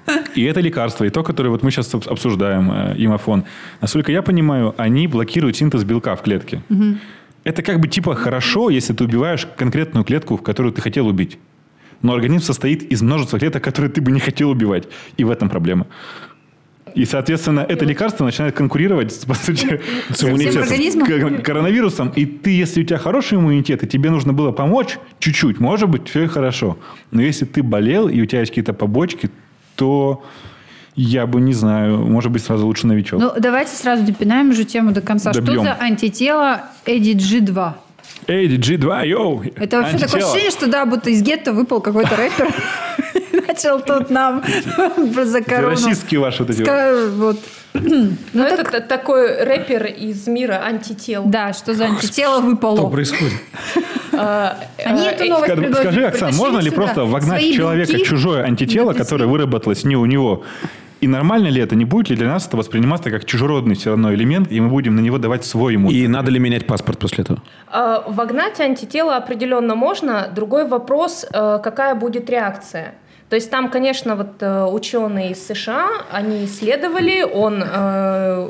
Speaker 2: Ну,
Speaker 1: И это лекарство, и то, которое вот мы сейчас об- обсуждаем, э, имофон. Насколько я понимаю, они блокируют синтез белка в клетке. Это как бы типа хорошо, если ты убиваешь конкретную клетку, в которую ты хотел убить. но организм состоит из множества клеток, которые ты бы не хотел убивать. И в этом проблема. И, соответственно, это лекарство начинает конкурировать, с- по сути,
Speaker 4: С иммунитетом.
Speaker 1: с
Speaker 2: организмом?
Speaker 1: кор- коронавирусом. И ты, если у тебя хороший иммунитет, и тебе нужно было помочь чуть-чуть, может быть, все хорошо. Но если ты болел, и у тебя есть какие-то побочки, то я бы не знаю, может быть, сразу лучше новичок.
Speaker 2: Ну, давайте сразу допинаем уже тему до конца.
Speaker 1: Добьем.
Speaker 2: Что за антитело ADG2?
Speaker 1: Эй, G2, йоу!
Speaker 2: Это вообще такое
Speaker 1: антитело.
Speaker 2: ощущение, что да, будто из гетто выпал какой-то рэпер. <laughs> Начал тут нам <laughs> за
Speaker 1: Это
Speaker 2: корону.
Speaker 1: Российские ваши вот эти. вот.
Speaker 2: Ска- Вот.
Speaker 3: Но Ну, это т- такой рэпер из мира антител.
Speaker 2: Да, что за антитело
Speaker 4: Что
Speaker 2: выпало.
Speaker 4: происходит?
Speaker 3: А,
Speaker 2: Они
Speaker 3: э,
Speaker 2: эту
Speaker 3: э,
Speaker 2: новость
Speaker 1: Скажи,
Speaker 2: предложили,
Speaker 1: скажи, Оксан,
Speaker 2: притащили
Speaker 1: можно ли
Speaker 2: сюда
Speaker 1: просто вогнать
Speaker 2: свои
Speaker 1: в человека
Speaker 2: белки?
Speaker 1: чужое антитело, которое выработалось не у него? И нормально ли это? Не будет ли для нас это восприниматься как чужеродный все равно элемент, и мы будем на него давать свой ему?
Speaker 4: И надо ли менять паспорт после этого?
Speaker 3: Э, Вогнать антитело определенно можно. Другой вопрос, э, какая будет реакция. То есть там, конечно, вот э, ученые из США, они исследовали, он э,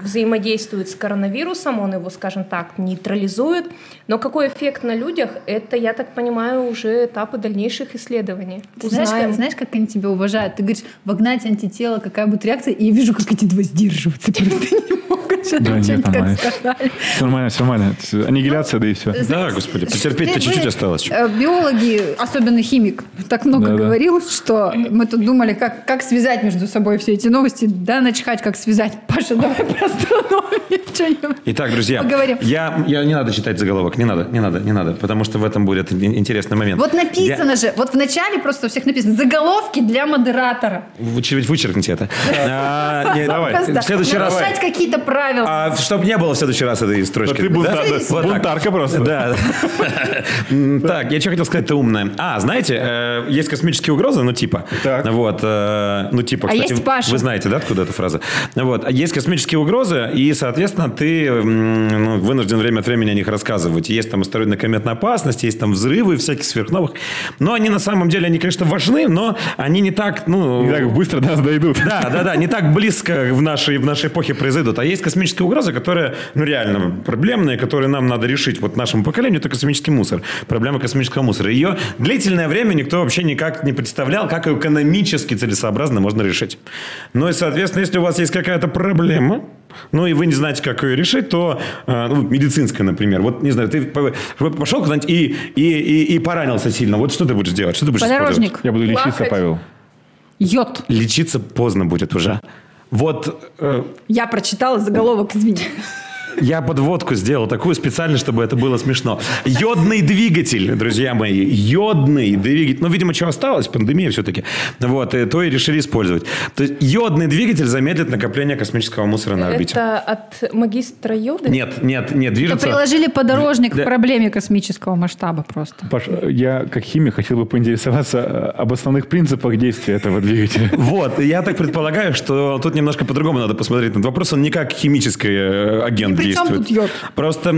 Speaker 3: взаимодействует с коронавирусом, он его, скажем так, нейтрализует. Но какой эффект на людях, это, я так понимаю, уже этапы дальнейших исследований.
Speaker 2: Ты знаешь,
Speaker 3: Узнаем.
Speaker 2: как, знаешь, как они тебя уважают? Ты говоришь, вогнать антитело, какая будет реакция? И я вижу, как эти два сдерживаются. Просто не могут что-то
Speaker 1: Да нет,
Speaker 2: что-нибудь как
Speaker 1: нормально.
Speaker 2: сказали.
Speaker 1: Всё нормально, все нормально. Это всё Аннигиляция, да и все.
Speaker 4: Да, господи,
Speaker 2: Ты-
Speaker 4: потерпеть-то чуть-чуть
Speaker 2: вы,
Speaker 4: осталось.
Speaker 2: э, Биологи, особенно химик, так много
Speaker 1: Да-да.
Speaker 2: говорил, что мы тут думали, как, как связать между собой все эти новости. Да, начхать, как связать. Паша, давай про астрономию что-нибудь.
Speaker 4: Итак, друзья,
Speaker 2: Поговорим.
Speaker 4: Я, я не надо читать заголовок, не надо, не надо, не надо, потому что в этом будет ин- интересный момент.
Speaker 2: Вот написано
Speaker 4: Я-
Speaker 2: же, вот в начале просто у всех написано заголовки для модератора.
Speaker 4: Вы чуть-чуть вычеркните это. А, не,
Speaker 1: Давай.
Speaker 2: Просто
Speaker 4: В следующий раз.
Speaker 2: нарушать какие-то правила.
Speaker 4: А чтобы не было в следующий раз этой строчки.
Speaker 1: Да А ты бунтар- да,
Speaker 4: Вот так.
Speaker 1: бунтарка просто.
Speaker 4: Да. <laughs> М, Так, я что хотел сказать, ты умная. А, знаете, э, есть космические угрозы, ну типа.
Speaker 1: Так.
Speaker 4: Вот, э, ну типа,
Speaker 2: А
Speaker 4: кстати,
Speaker 2: есть Паша.
Speaker 4: вы знаете, да, откуда эта фраза? Вот, а есть космические угрозы, и, соответственно, ты м, ну, вынужден время от времени о них рассказывать. Есть там астероидно-кометная опасность, есть там взрывы всяких сверхновых. Но они на самом деле, они, конечно, важны, но они не так, ну...
Speaker 1: И так быстро нас дойдут.
Speaker 4: Да, да, да, не так близко в нашей, в нашей эпохе произойдут. А есть космические угрозы, которые, ну, реально проблемные, которые нам надо решить. Вот нашему поколению это космический мусор. Проблема космического мусора. Ее длительное время никто вообще никак не представлял, как ее экономически целесообразно можно решить. Ну и, соответственно, если у вас есть какая-то проблема, ну и вы не знаете, как ее решить, то э, ну, медицинская, например. Вот, не знаю, ты по- пошел куда-нибудь и, и, и, и поранился сильно. Вот что ты будешь делать? Что ты будешь использовать?
Speaker 2: Подорожник.
Speaker 1: Я буду лечиться,
Speaker 3: Плакать.
Speaker 1: Павел.
Speaker 2: Йод.
Speaker 4: Лечиться поздно будет уже. Вот э,
Speaker 2: Я прочитала заголовок, извини.
Speaker 4: Я подводку сделал такую специально, чтобы это было смешно. Йодный двигатель, друзья мои. Йодный двигатель. Ну, видимо, что осталось, пандемия все-таки. Вот, и то и решили использовать. То есть йодный двигатель замедлит накопление космического мусора на орбите.
Speaker 3: Это от магистра Йода?
Speaker 4: Нет, нет, нет,
Speaker 2: Да
Speaker 4: движется.
Speaker 2: приложили подорожник
Speaker 4: Да.
Speaker 2: к проблеме космического масштаба просто.
Speaker 1: Паш, я как химик хотел бы поинтересоваться э, об основных принципах действия этого двигателя.
Speaker 4: Вот, и я так предполагаю, что тут немножко по-другому надо посмотреть на этот вопрос. Он не как химический э, агент
Speaker 2: И при чем
Speaker 4: действует.
Speaker 2: тут йод?
Speaker 4: Просто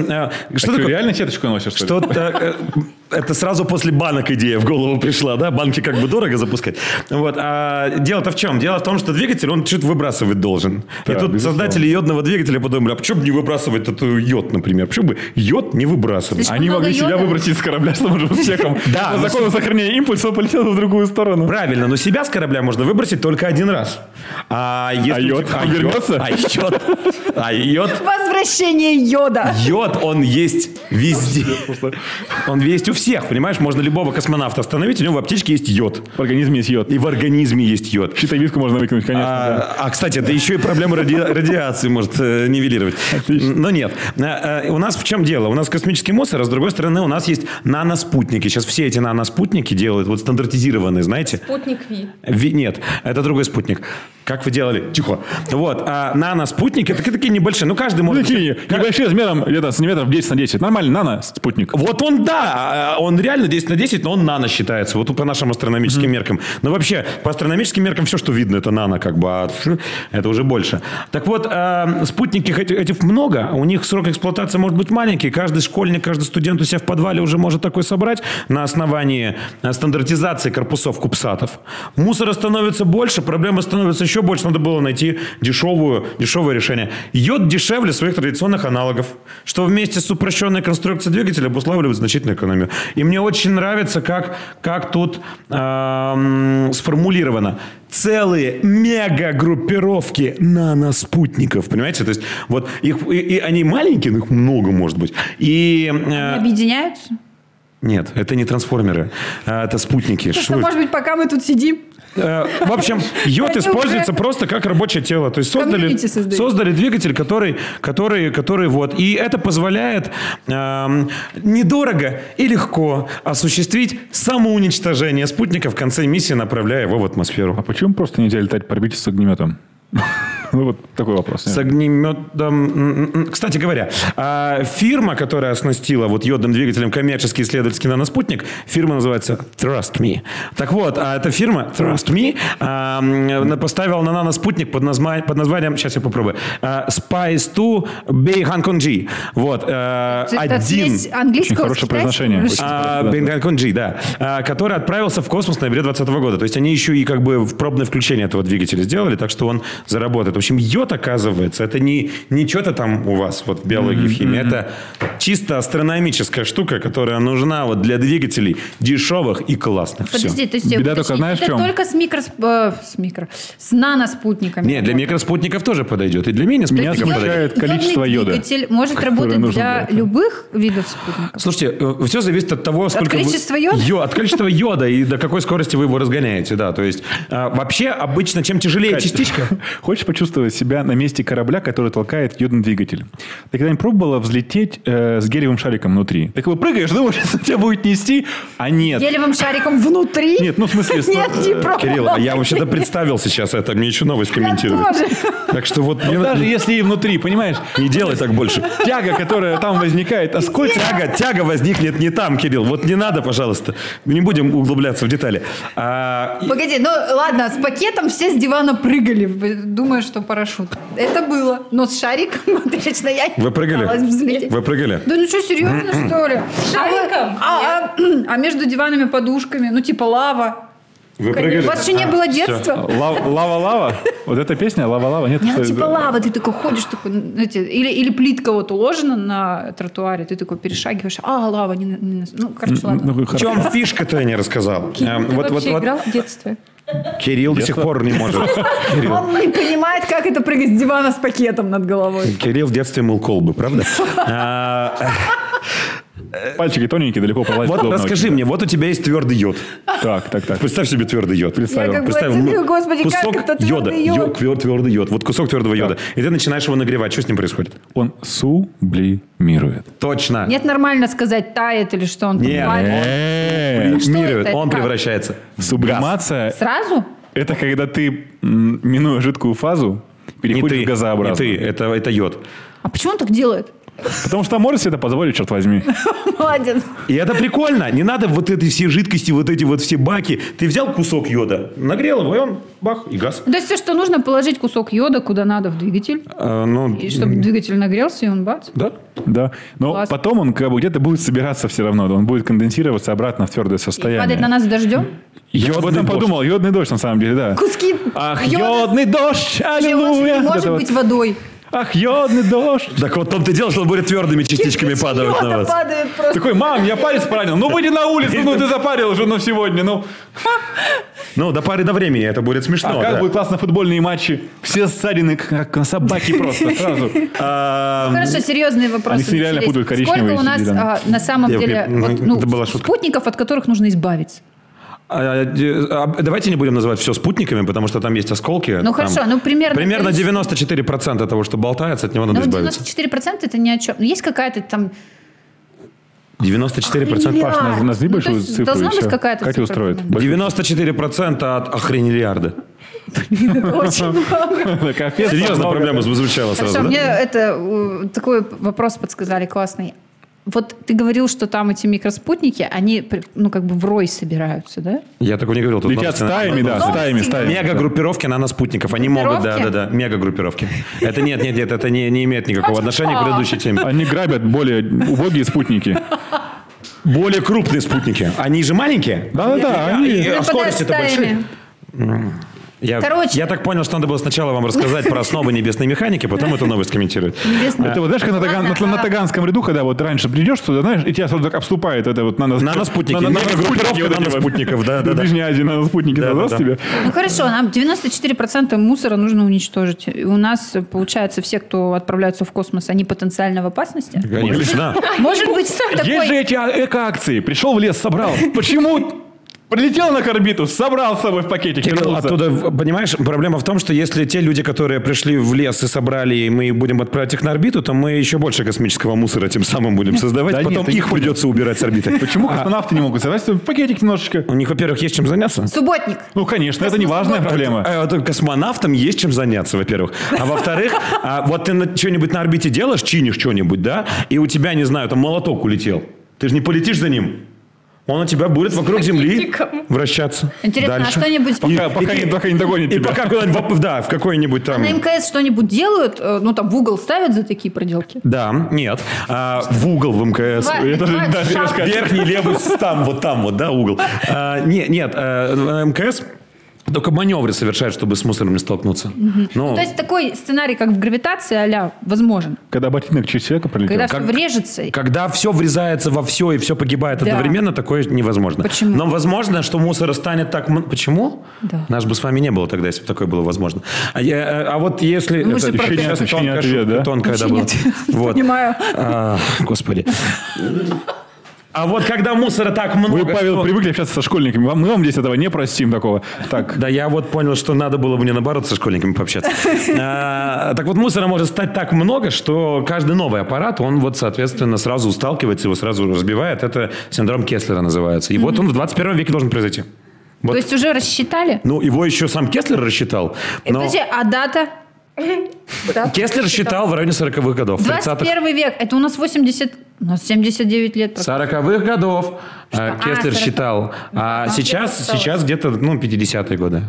Speaker 4: э, что
Speaker 1: Ты
Speaker 4: такое?
Speaker 1: реально сеточку носишь? что ли?
Speaker 4: Что-то... э, Это сразу после банок идея в голову пришла, да? Банки как бы дорого запускать. Вот. А дело-то в чем? Дело в том, что двигатель, он что-то выбрасывать должен.
Speaker 1: Да,
Speaker 4: и тут
Speaker 1: безусловно.
Speaker 4: создатели йодного двигателя подумали, а почему бы не выбрасывать этот йод, например? Почему бы йод не выбрасывать?
Speaker 2: Слишком
Speaker 1: Они
Speaker 2: много
Speaker 1: могли себя
Speaker 2: йода.
Speaker 1: выбросить с корабля, чтобы уже <laughs> всехом.
Speaker 4: Да,
Speaker 1: По
Speaker 4: но
Speaker 1: закону сохранения импульса он полетел в другую сторону.
Speaker 4: А Правильно, но себя с корабля можно выбросить только один раз. А, если...
Speaker 1: А йод?
Speaker 4: А
Speaker 1: Он вернется?
Speaker 4: йод, а йод, а йод
Speaker 2: Возвращение йода.
Speaker 4: Йод, он есть везде. Он есть у всех, понимаешь? Можно любого космонавта остановить, у него в аптечке есть йод.
Speaker 1: В организме есть йод.
Speaker 4: И в организме есть йод.
Speaker 1: Щитовидку можно выкинуть, конечно. да.
Speaker 4: А, а, кстати, это еще и проблема ради- радиации может э, нивелировать. Но нет. А, а, У нас в чем дело? У нас космический мусор, а с другой стороны у нас есть наноспутники. Сейчас все эти наноспутники делают вот стандартизированные, знаете?
Speaker 3: Спутник Ви.
Speaker 4: Ви- Нет, это другой спутник. Как вы делали? Тихо. Вот. А наноспутники, это такие небольшие. Ну, каждый
Speaker 1: Ну,
Speaker 4: может...
Speaker 1: такие, небольшие размером где-то сантиметров 10 на 10. Нормально, нано, спутник.
Speaker 4: Вот он, да, а, он реально 10 на 10, но он нано считается, вот по нашим астрономическим меркам. Но вообще, по астрономическим меркам все, что видно, это нано, как бы, а фу, это уже больше. Так вот, спутников спутников эти- этих много, у них срок эксплуатации может быть маленький, каждый школьник, каждый студент у себя в подвале уже может такой собрать на основании э, стандартизации корпусов кубсатов. Мусора становится больше, проблемы становятся еще больше, надо было найти дешевую, дешевое решение. Йод дешевле своих традиционных аналогов, что вместе с упрощенной конструкцией двигателя обуславливает значительную экономию. И мне очень нравится, как, как тут эм, сформулировано. Целые мега-группировки наноспутников, понимаете? То есть вот их, и, и они маленькие, но их много может быть. И... э,
Speaker 2: <laughs> Объединяются?
Speaker 4: нет, это не трансформеры, а это спутники.
Speaker 2: Ну
Speaker 4: Что
Speaker 2: что,
Speaker 4: это?
Speaker 2: может быть, пока мы тут сидим,
Speaker 4: Э, В общем, йод
Speaker 2: Они
Speaker 4: используется
Speaker 2: уже-
Speaker 4: просто как рабочее тело. То есть создали,
Speaker 2: Комьюнити создают.
Speaker 4: создали двигатель, который, который, который вот. И это позволяет эм, недорого и легко осуществить самоуничтожение спутника в конце миссии, направляя его в
Speaker 1: А
Speaker 4: атмосферу.
Speaker 1: почему просто нельзя летать по орбите с огнеметом? <laughs> Ну, вот такой вопрос.
Speaker 4: С огнеметом... м, м, м. Кстати говоря, а, фирма, которая оснастила вот йодным двигателем коммерческий исследовательский наноспутник, фирма называется Trust Me. Так вот, а эта фирма Trust Me а, м, на- поставила на наноспутник под, назма- под названием, сейчас я попробую, а, Spice 2 Бейханконджи. Вот, э,
Speaker 2: То есть это
Speaker 4: один...
Speaker 2: смесь английского
Speaker 1: Очень хорошее
Speaker 2: с китайским?
Speaker 1: произношение.
Speaker 2: Ну,
Speaker 1: Очень
Speaker 2: что-
Speaker 4: А,
Speaker 1: Да, да.
Speaker 4: Бенгальгонджи, да. А, который отправился в космос в ноябре 2020 года. То есть они еще и как бы в пробное включение этого двигателя сделали, так что он заработает. В общем, йод, оказывается, это не, не что-то там у вас вот в биологии, в химии. Это чисто астрономическая штука, которая нужна вот для двигателей дешевых и классных. Всё.
Speaker 2: Подожди, то есть я
Speaker 1: Беда
Speaker 2: уточню,
Speaker 1: только знаешь, в
Speaker 2: это
Speaker 1: чем?
Speaker 2: только с микро... э, с микро... с наноспутниками.
Speaker 4: Не, для
Speaker 2: Вот. микроспутников
Speaker 4: микроспутников тоже подойдет. И для мини-спутников
Speaker 1: Меня
Speaker 4: подойдет.
Speaker 1: смущает количество йода,
Speaker 2: двигатель может
Speaker 1: который
Speaker 2: работать
Speaker 1: нужен для
Speaker 2: для
Speaker 1: этого.
Speaker 2: любых видов спутников.
Speaker 4: Слушайте, все зависит от того, сколько... вы-
Speaker 2: количества йода?
Speaker 4: Йо- от количества йода и до какой скорости вы его разгоняете, да. То есть э, вообще обычно чем тяжелее
Speaker 1: Кать,
Speaker 4: частичка...
Speaker 1: Хочешь почувствовать себя на месте корабля, который толкает йодный двигатель? Ты когда-нибудь пробовала взлететь э, с гелевым шариком внутри? Ты его прыгаешь, думаешь, <laughs> что тебя будет нести, а нет.
Speaker 2: Гелевым шариком внутри?
Speaker 1: Нет, ну в смысле... с-
Speaker 2: <laughs> Нет, не пробовала.
Speaker 4: Кирилл, а я вообще-то представил сейчас это, мне еще новость комментируют.
Speaker 2: тоже.
Speaker 4: Так что вот не,
Speaker 1: Ну, даже
Speaker 4: не-
Speaker 1: если и внутри, понимаешь?
Speaker 4: не делай так больше.
Speaker 1: Тяга, которая там возникает, а сколько...
Speaker 4: Тяга, тяга возникнет не там, Кирилл. Вот не надо, пожалуйста. Не будем углубляться в детали. А, и-
Speaker 2: Погоди, ну ладно, с пакетом все с дивана прыгали, думая, что парашют. Это было, но с шариком <laughs> отлично я не
Speaker 4: Вы прыгали?
Speaker 2: пыталась взлететь.
Speaker 4: Вы прыгали?
Speaker 2: Да ну что, серьезно, что ли?
Speaker 3: Шариком?
Speaker 2: А, а- <clears throat> а между диванами подушками, ну типа лава.
Speaker 4: Вы
Speaker 2: У
Speaker 4: прыгали? А,
Speaker 2: вас еще не было детства?
Speaker 1: Лав- Лава-лава? Вот эта песня «Лава-лава»? Нет,
Speaker 2: Не, ну
Speaker 1: что-
Speaker 2: типа лава, ты такой ходишь, такой, знаете, или, или плитка вот уложена на тротуаре, ты такой перешагиваешь, а, лава, не, на- не на- ну, короче, ладно.
Speaker 1: Ну,
Speaker 4: В
Speaker 1: хорошо.
Speaker 4: чем фишка-то я не рассказал? Эм,
Speaker 3: Ты
Speaker 4: вот- вот-
Speaker 3: вообще
Speaker 4: вот
Speaker 3: играл
Speaker 2: <laughs>
Speaker 3: в детстве?
Speaker 4: Кирилл до сих пор не может. Кирилл.
Speaker 2: Он не понимает, как это прыгать с дивана с пакетом над головой.
Speaker 4: Кирилл в детстве мыл колбы, правда? А,
Speaker 1: Пальчики тоненькие, далеко пролазить
Speaker 4: Вот
Speaker 1: удобно
Speaker 4: расскажи
Speaker 1: очень.
Speaker 4: мне, вот у тебя есть твердый йод.
Speaker 1: Так, так, так.
Speaker 4: Представь себе твердый йод.
Speaker 1: Представил.
Speaker 2: Я как бы
Speaker 4: Представил,
Speaker 2: оценила,
Speaker 4: ну,
Speaker 2: господи, как
Speaker 4: кусок
Speaker 2: это твердый
Speaker 4: йода,
Speaker 2: йод.
Speaker 4: йод, твер- твердый йод, вот кусок твердого йода, и ты начинаешь его нагревать. Что с ним происходит?
Speaker 1: Он сублимирует.
Speaker 4: Точно.
Speaker 2: Нет, нормально сказать, тает или что он там
Speaker 4: Нет.
Speaker 2: плавает.
Speaker 1: Э,
Speaker 2: Что
Speaker 4: Мирует,
Speaker 2: это?
Speaker 4: он
Speaker 2: Как?
Speaker 4: превращается в газ.
Speaker 1: Сублимация
Speaker 2: Сразу?
Speaker 1: – это когда ты, м, минуя жидкую фазу,
Speaker 4: Не
Speaker 1: переходишь
Speaker 4: ты,
Speaker 1: в газообразную.
Speaker 4: не ты, это, это йод.
Speaker 2: А почему он так делает?
Speaker 1: Потому что может себе это позволить, черт <laughs> возьми.
Speaker 2: <laughs> Молодец.
Speaker 4: И это прикольно. Не надо вот этой все жидкости, вот эти вот все баки. Ты взял кусок йода, нагрел его, и он бах, и газ.
Speaker 2: То есть все, что нужно, положить кусок йода куда надо в двигатель,
Speaker 4: А, ну,
Speaker 2: и чтобы двигатель нагрелся, и он бац.
Speaker 4: да.
Speaker 1: Да. Но
Speaker 2: Класс.
Speaker 1: потом он как бы где-то будет собираться все равно. Он будет конденсироваться обратно в твердое
Speaker 2: И падает на
Speaker 1: состояние.
Speaker 2: нас дождем.
Speaker 1: Я об этом
Speaker 4: Йодный
Speaker 1: подумал. Йодный дождь, на самом деле, да.
Speaker 2: Куски
Speaker 1: Ах,
Speaker 2: йода
Speaker 1: йодный дождь,
Speaker 4: ну,
Speaker 2: чего-то
Speaker 1: аллилуйя.
Speaker 2: не
Speaker 1: Вот
Speaker 2: может
Speaker 1: это вот.
Speaker 2: быть водой.
Speaker 1: Ах, йодный дождь.
Speaker 4: Так вот в том-то и дело, что он будет твердыми частичками падать на
Speaker 2: Йода
Speaker 4: вас.
Speaker 2: падает просто.
Speaker 1: Такой, мам, я палец поранил. Ну, выйди на улицу, ну, ты запарил уже, ну, сегодня, ну.
Speaker 4: Ну, до пары до времени это будет смешно.
Speaker 1: А как
Speaker 4: да.
Speaker 1: будет классно футбольные матчи? Все ссадины, как на собаке просто, сразу.
Speaker 4: А,
Speaker 2: Хорошо, серьезные вопросы.
Speaker 1: Они все реально
Speaker 2: начались.
Speaker 1: путают коричневые
Speaker 2: Сколько у
Speaker 1: и
Speaker 2: нас
Speaker 1: зеленые.
Speaker 2: а, на самом
Speaker 4: Я
Speaker 2: деле
Speaker 4: понимаю,
Speaker 2: вот,
Speaker 4: ну,
Speaker 2: ну,
Speaker 4: это была шутка.
Speaker 2: спутников, от которых нужно избавиться?
Speaker 4: А, де- а, Давайте не будем называть все спутниками, потому что там есть осколки.
Speaker 2: Ну,
Speaker 4: там
Speaker 2: хорошо, ну, примерно
Speaker 4: Примерно
Speaker 2: количество.
Speaker 4: 94% того, что болтается, от него надо
Speaker 2: Ну,
Speaker 4: избавиться.
Speaker 2: 94% это ни о чем. Ну, есть какая-то там...
Speaker 4: 94%,
Speaker 2: Охренеть.
Speaker 4: Паш.
Speaker 1: Наз- Назови
Speaker 2: Ну, то
Speaker 1: большую
Speaker 2: есть
Speaker 1: цифру.
Speaker 2: должна
Speaker 1: и
Speaker 2: быть
Speaker 1: всё.
Speaker 2: какая-то
Speaker 1: Катя <laughs>
Speaker 2: цифра,
Speaker 1: устроит.
Speaker 4: 94% от охренелиарда.
Speaker 2: Очень много.
Speaker 1: Капец,
Speaker 4: Серьезно,
Speaker 1: много.
Speaker 4: проблема звучала
Speaker 2: Хорошо,
Speaker 4: сразу, да?
Speaker 2: мне это э, такой вопрос подсказали классный. Вот ты говорил, что там эти микроспутники, они при- ну как бы в рой собираются, да?
Speaker 4: Я такого не говорил. тут
Speaker 1: Летят
Speaker 4: новости на-
Speaker 1: стаями, да,
Speaker 2: Новости.
Speaker 1: стаями, стаями.
Speaker 4: Мега-группировки наноспутников. Они могут, да, да,
Speaker 2: Группировки?
Speaker 4: да. Мега-группировки. Это нет, нет, нет, это не, не имеет никакого отношения к предыдущей теме.
Speaker 1: Они грабят более убогие спутники.
Speaker 4: Более крупные спутники. Они же маленькие.
Speaker 1: Да-да-да,
Speaker 4: И,
Speaker 1: они...
Speaker 4: э,
Speaker 2: Нападают
Speaker 4: Скорости-то
Speaker 2: стаями.
Speaker 4: большие. Я,
Speaker 2: Короче.
Speaker 4: я так понял, что надо было сначала вам рассказать про основы небесной механики, потом эту новость комментировать.
Speaker 2: Небесная-
Speaker 1: Это вот, знаешь, как на, Таган-
Speaker 2: Ладно,
Speaker 1: на- на
Speaker 2: а-
Speaker 1: Таганском ряду, когда вот раньше придешь туда, знаешь, и тебя сразу так обступает это вот нано...
Speaker 4: Наноспутники.
Speaker 1: нано-
Speaker 4: Группировка
Speaker 1: вот эти вот.
Speaker 4: наноспутников, да, да,
Speaker 1: На
Speaker 4: да.
Speaker 1: Ближней Азии наноспутники
Speaker 4: Да, да,
Speaker 1: создаст
Speaker 4: да.
Speaker 1: тебе.
Speaker 2: Ну хорошо, нам 94% мусора нужно уничтожить. И у нас, получается, все, кто отправляются в космос, они потенциально в опасности.
Speaker 4: Конечно.
Speaker 2: Может быть,
Speaker 1: Есть же
Speaker 2: такой...
Speaker 1: эти а- эко-акции. Пришел в лес, собрал. Почему прилетел на орбиту, собрал с собой в пакетик.
Speaker 4: Кирилл,
Speaker 1: вернулся?
Speaker 4: Типа, оттуда, в- понимаешь, проблема в том, что если те люди, которые пришли в лес и собрали, и мы будем отправлять их на орбиту, то мы еще больше космического мусора тем самым <laughs> будем создавать,
Speaker 1: Да нет,
Speaker 4: потом
Speaker 1: ты не
Speaker 4: их придется убирать с <laughs> орбиты.
Speaker 1: Почему космонавты не могут собрать в пакетик немножечко?
Speaker 4: У них, во-первых, есть чем заняться.
Speaker 2: Субботник.
Speaker 1: Ну, конечно, это не важная проблема.
Speaker 4: Э, вот Космонавтам есть чем заняться, во-первых. А во-вторых, <laughs> а, вот ты что-нибудь на орбите делаешь, чинишь что-нибудь, да, и у тебя, не знаю, там молоток улетел. Ты же не полетишь за ним. Он у тебя будет вокруг Земли
Speaker 3: пакетиком.
Speaker 4: вращаться.
Speaker 2: Интересно, а
Speaker 4: Дальше.
Speaker 2: что-нибудь...
Speaker 1: И- Пока- пока не- пока не догонит
Speaker 4: И
Speaker 1: тебя.
Speaker 4: пока куда-нибудь, воп- да, в какой-нибудь там...
Speaker 2: На МКС что-нибудь делают, э, ну там в угол ставят за такие проделки.
Speaker 4: Да, нет. А, в угол в МКС.
Speaker 2: Два-
Speaker 1: Я даже
Speaker 2: два
Speaker 1: не знаю,
Speaker 2: шага.
Speaker 1: я скажу.
Speaker 4: Верхний левый с- там, вот там, вот, да, угол. А, не- нет, а, на МКС только маневры совершают, чтобы с мусором не столкнуться. Ну,
Speaker 2: То есть такой сценарий, как в гравитации, а возможен.
Speaker 1: Когда ботинок через человека пролетел.
Speaker 2: Когда
Speaker 1: Как-
Speaker 2: все врежется.
Speaker 4: когда все врезается во все и все погибает
Speaker 2: Да.
Speaker 4: одновременно, такое невозможно.
Speaker 2: Почему?
Speaker 4: Но возможно, что мусора станет так... мн- Почему?
Speaker 2: Да.
Speaker 4: Нас бы с вами не было тогда, если бы такое было возможно. А, я- а вот если...
Speaker 2: Ну, Мы же про-
Speaker 4: еще
Speaker 1: Еще
Speaker 4: не
Speaker 1: нет, еще не
Speaker 4: тонкая
Speaker 1: ответ, да?
Speaker 4: шутка, тонкая, да,
Speaker 2: Вообще
Speaker 4: была.
Speaker 2: нет.
Speaker 4: <laughs>
Speaker 2: <laughs>
Speaker 4: Вот.
Speaker 2: Понимаю.
Speaker 4: А, господи. А вот когда мусора так много...
Speaker 1: Вы, Павел,
Speaker 4: что-
Speaker 1: привыкли общаться со школьниками. Вам- Мы вам здесь этого не простим такого. Так,
Speaker 4: Да, я вот понял, что надо было бы мне наоборот со
Speaker 2: <laughs>
Speaker 4: школьниками пообщаться. А, Так вот, мусора может стать так много, что каждый новый аппарат, он вот, соответственно, сразу сталкивается, его сразу разбивает. Это синдром Кеслера называется. И вот он в 21 веке должен произойти. Вот.
Speaker 2: То есть уже рассчитали?
Speaker 4: Ну, его еще сам Кеслер рассчитал.
Speaker 2: Э,
Speaker 4: Но
Speaker 2: Подожди, а дата?
Speaker 3: Да.
Speaker 4: Кеслер считал в районе 40-х годов. 30-х.
Speaker 2: 21 век. Это у нас 80... У нас 79 лет.
Speaker 4: 40-х годов а,
Speaker 2: А, Ну,
Speaker 4: Кеслер
Speaker 2: 40-х.
Speaker 4: считал. А
Speaker 3: Да,
Speaker 4: сейчас,
Speaker 3: осталось.
Speaker 4: сейчас где-то, ну, 50-е годы.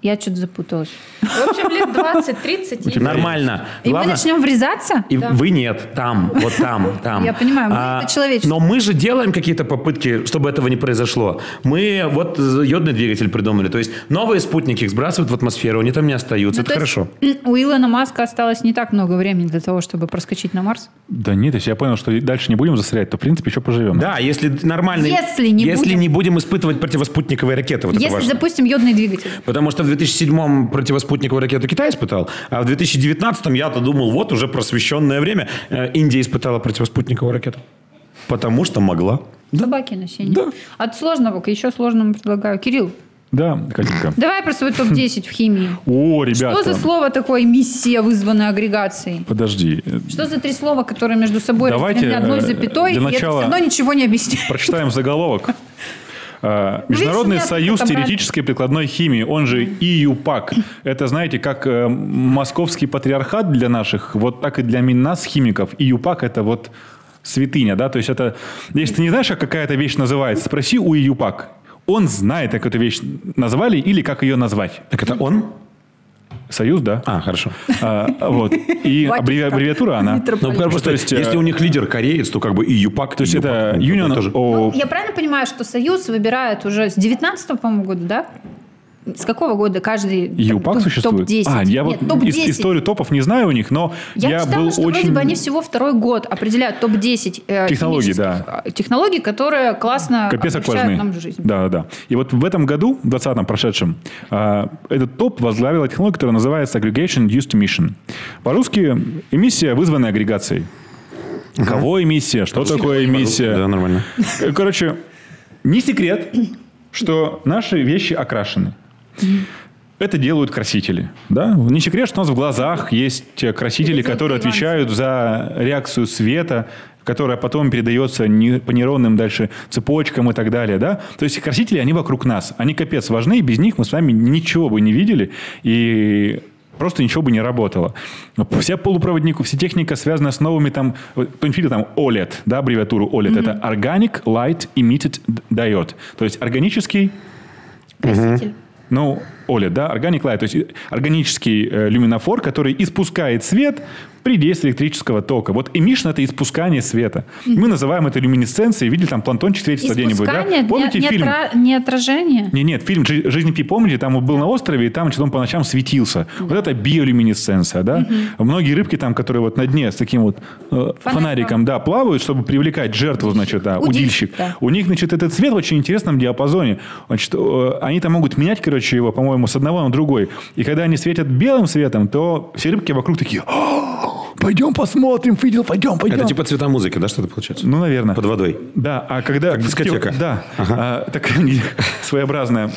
Speaker 2: Я что-то запуталась.
Speaker 3: В общем, лет 20-30. и-
Speaker 4: Нормально.
Speaker 2: И мы
Speaker 4: Главное-
Speaker 2: начнем врезаться?
Speaker 4: И вы нет, там, вот
Speaker 2: <laughs>
Speaker 4: там, там. А,
Speaker 2: Я понимаю, мы это человечество.
Speaker 4: Но мы же делаем какие-то попытки, чтобы этого не произошло. Мы вот э, йодный двигатель придумали. То есть новые спутники их сбрасывают в атмосферу, они там не остаются.
Speaker 2: Ну,
Speaker 4: это
Speaker 2: то есть,
Speaker 4: хорошо.
Speaker 2: м, У Илона Маска осталось не так много времени для того, чтобы проскочить на Марс.
Speaker 1: да нет, если я понял, что дальше не будем засорять, то, в принципе, еще поживем.
Speaker 4: Да, если нормально...
Speaker 2: Если не
Speaker 4: если
Speaker 2: будем-
Speaker 4: не будем испытывать противоспутниковые ракеты. Вот это
Speaker 2: Если
Speaker 4: важно.
Speaker 2: запустим йодный двигатель.
Speaker 4: Потому что в 2007-м противоспутниковую ракету Китай испытал, а в 2019-м я-то думал, вот уже просвещенное время. Э, Индия испытала противоспутниковую ракету. Потому что могла.
Speaker 2: Собаки на сене. От сложного к еще сложному предлагаю. Кирилл,
Speaker 1: Да, Катенька.
Speaker 2: давай про свой топ-10 в химии.
Speaker 1: О,
Speaker 2: Что
Speaker 1: ребята.
Speaker 2: за слово такое эмиссия, вызванная агрегацией?
Speaker 1: Подожди.
Speaker 2: Что за три слова, которые между собой
Speaker 1: Давайте,
Speaker 2: разделены одной
Speaker 1: э,
Speaker 2: запятой,
Speaker 1: для
Speaker 2: и это
Speaker 1: начала-
Speaker 2: все равно ничего не объясняет?
Speaker 1: Прочитаем
Speaker 2: <laughs>
Speaker 1: заголовок. А, Международный
Speaker 2: Видишь, у меня
Speaker 1: союз
Speaker 2: откуда брать.
Speaker 1: теоретической прикладной химии, он же ИЮПАК. Это, знаете, как э, московский патриархат для наших, вот так и для ми- нас, химиков. ИЮПАК – это вот святыня, да? То есть это... Если ты не знаешь, как какая-то вещь называется, спроси у ИЮПАК. Он знает, как эту вещь назвали или как ее назвать.
Speaker 4: Так это он?
Speaker 1: Союз, да?
Speaker 4: А, хорошо.
Speaker 1: А, вот. И
Speaker 2: Батюшка.
Speaker 1: аббреви- аббревиатура она.
Speaker 2: Метрополит.
Speaker 4: Ну, просто,
Speaker 1: То есть, э,
Speaker 4: если у них лидер кореец, то как бы и ЮПАК,
Speaker 1: То есть это
Speaker 4: Юнион
Speaker 1: Union о-
Speaker 2: Ну, Я правильно понимаю, что Союз выбирает уже с 19 по-моему, года, да? С какого года каждый там,
Speaker 1: ЮПАК
Speaker 2: топ-
Speaker 1: существует?
Speaker 2: Топ-10.
Speaker 1: А, я
Speaker 2: Нет,
Speaker 1: вот ис-
Speaker 2: топ-10.
Speaker 1: историю топов не знаю у них, но
Speaker 2: Я,
Speaker 1: я,
Speaker 2: читала,
Speaker 1: был
Speaker 2: что
Speaker 1: очень...
Speaker 2: вроде бы они всего второй год определяют топ-10 э,
Speaker 1: Технологий,
Speaker 2: химических, э, технологий, которые классно
Speaker 1: Капец
Speaker 2: облегчают
Speaker 1: окважные.
Speaker 2: нам жизнь.
Speaker 1: Да, да, да. И вот в этом году, в 20-м прошедшем, э, этот топ возглавила технология, которая называется Aggregation Induced Emission. По-русски эмиссия, вызванная агрегацией. Кого эмиссия? Что такое эмиссия?
Speaker 4: Да, нормально.
Speaker 1: К- Короче, не секрет, что наши вещи окрашены. Это делают красители. Да? Не секрет, что у нас в глазах есть те красители,
Speaker 2: Красители
Speaker 1: которые
Speaker 2: глянца.
Speaker 1: отвечают за реакцию света, которая потом передается не- по нейронным дальше цепочкам и так далее. Да? То есть красители, они вокруг нас. Они капец важны, и без них мы с вами ничего бы не видели. И просто ничего бы не работало. Но Вся полупроводнику, вся техника связана с новыми там... вот Кто-нибудь видел там OLED, да, аббревиатуру OLED? Это Organic Light Emitted Diode. То есть органический,
Speaker 2: Краситель.
Speaker 1: ну, OLED, да, Organic Light, то есть э, органический э, люминофор, который испускает свет при действии электрического тока. Вот эмишн – это испускание света. Мы называем это люминесценцией. Видели, там плантончик светится где-нибудь, да?
Speaker 2: Испускание,
Speaker 1: Помните
Speaker 2: не, не
Speaker 1: фильм?
Speaker 2: отра- не отражение?
Speaker 1: Не, нет, фильм «Жи- «Жизнь Пи», помните, там он был на острове, и там что-то он по ночам светился. Вот это биолюминесценция, да? Многие рыбки там, которые вот на дне с таким вот э, фонариком, да, плавают, чтобы привлекать жертву, значит, да,
Speaker 2: Удильщик,
Speaker 1: удильщик.
Speaker 2: да.
Speaker 1: У них, значит, этот цвет в очень интересном диапазоне. Значит, э, они там могут менять, короче, его, по-моему, с одного на другой. И когда они светят белым светом, то все рыбки вокруг такие, «О, пойдем посмотрим, видел, пойдем, пойдем.
Speaker 4: Это типа цвета музыки, да, что-то получается?
Speaker 1: Ну, наверное.
Speaker 4: Под водой.
Speaker 1: Да, а когда...
Speaker 4: Как дискотека.
Speaker 1: Да, а, такая не- <laughs> своеобразная.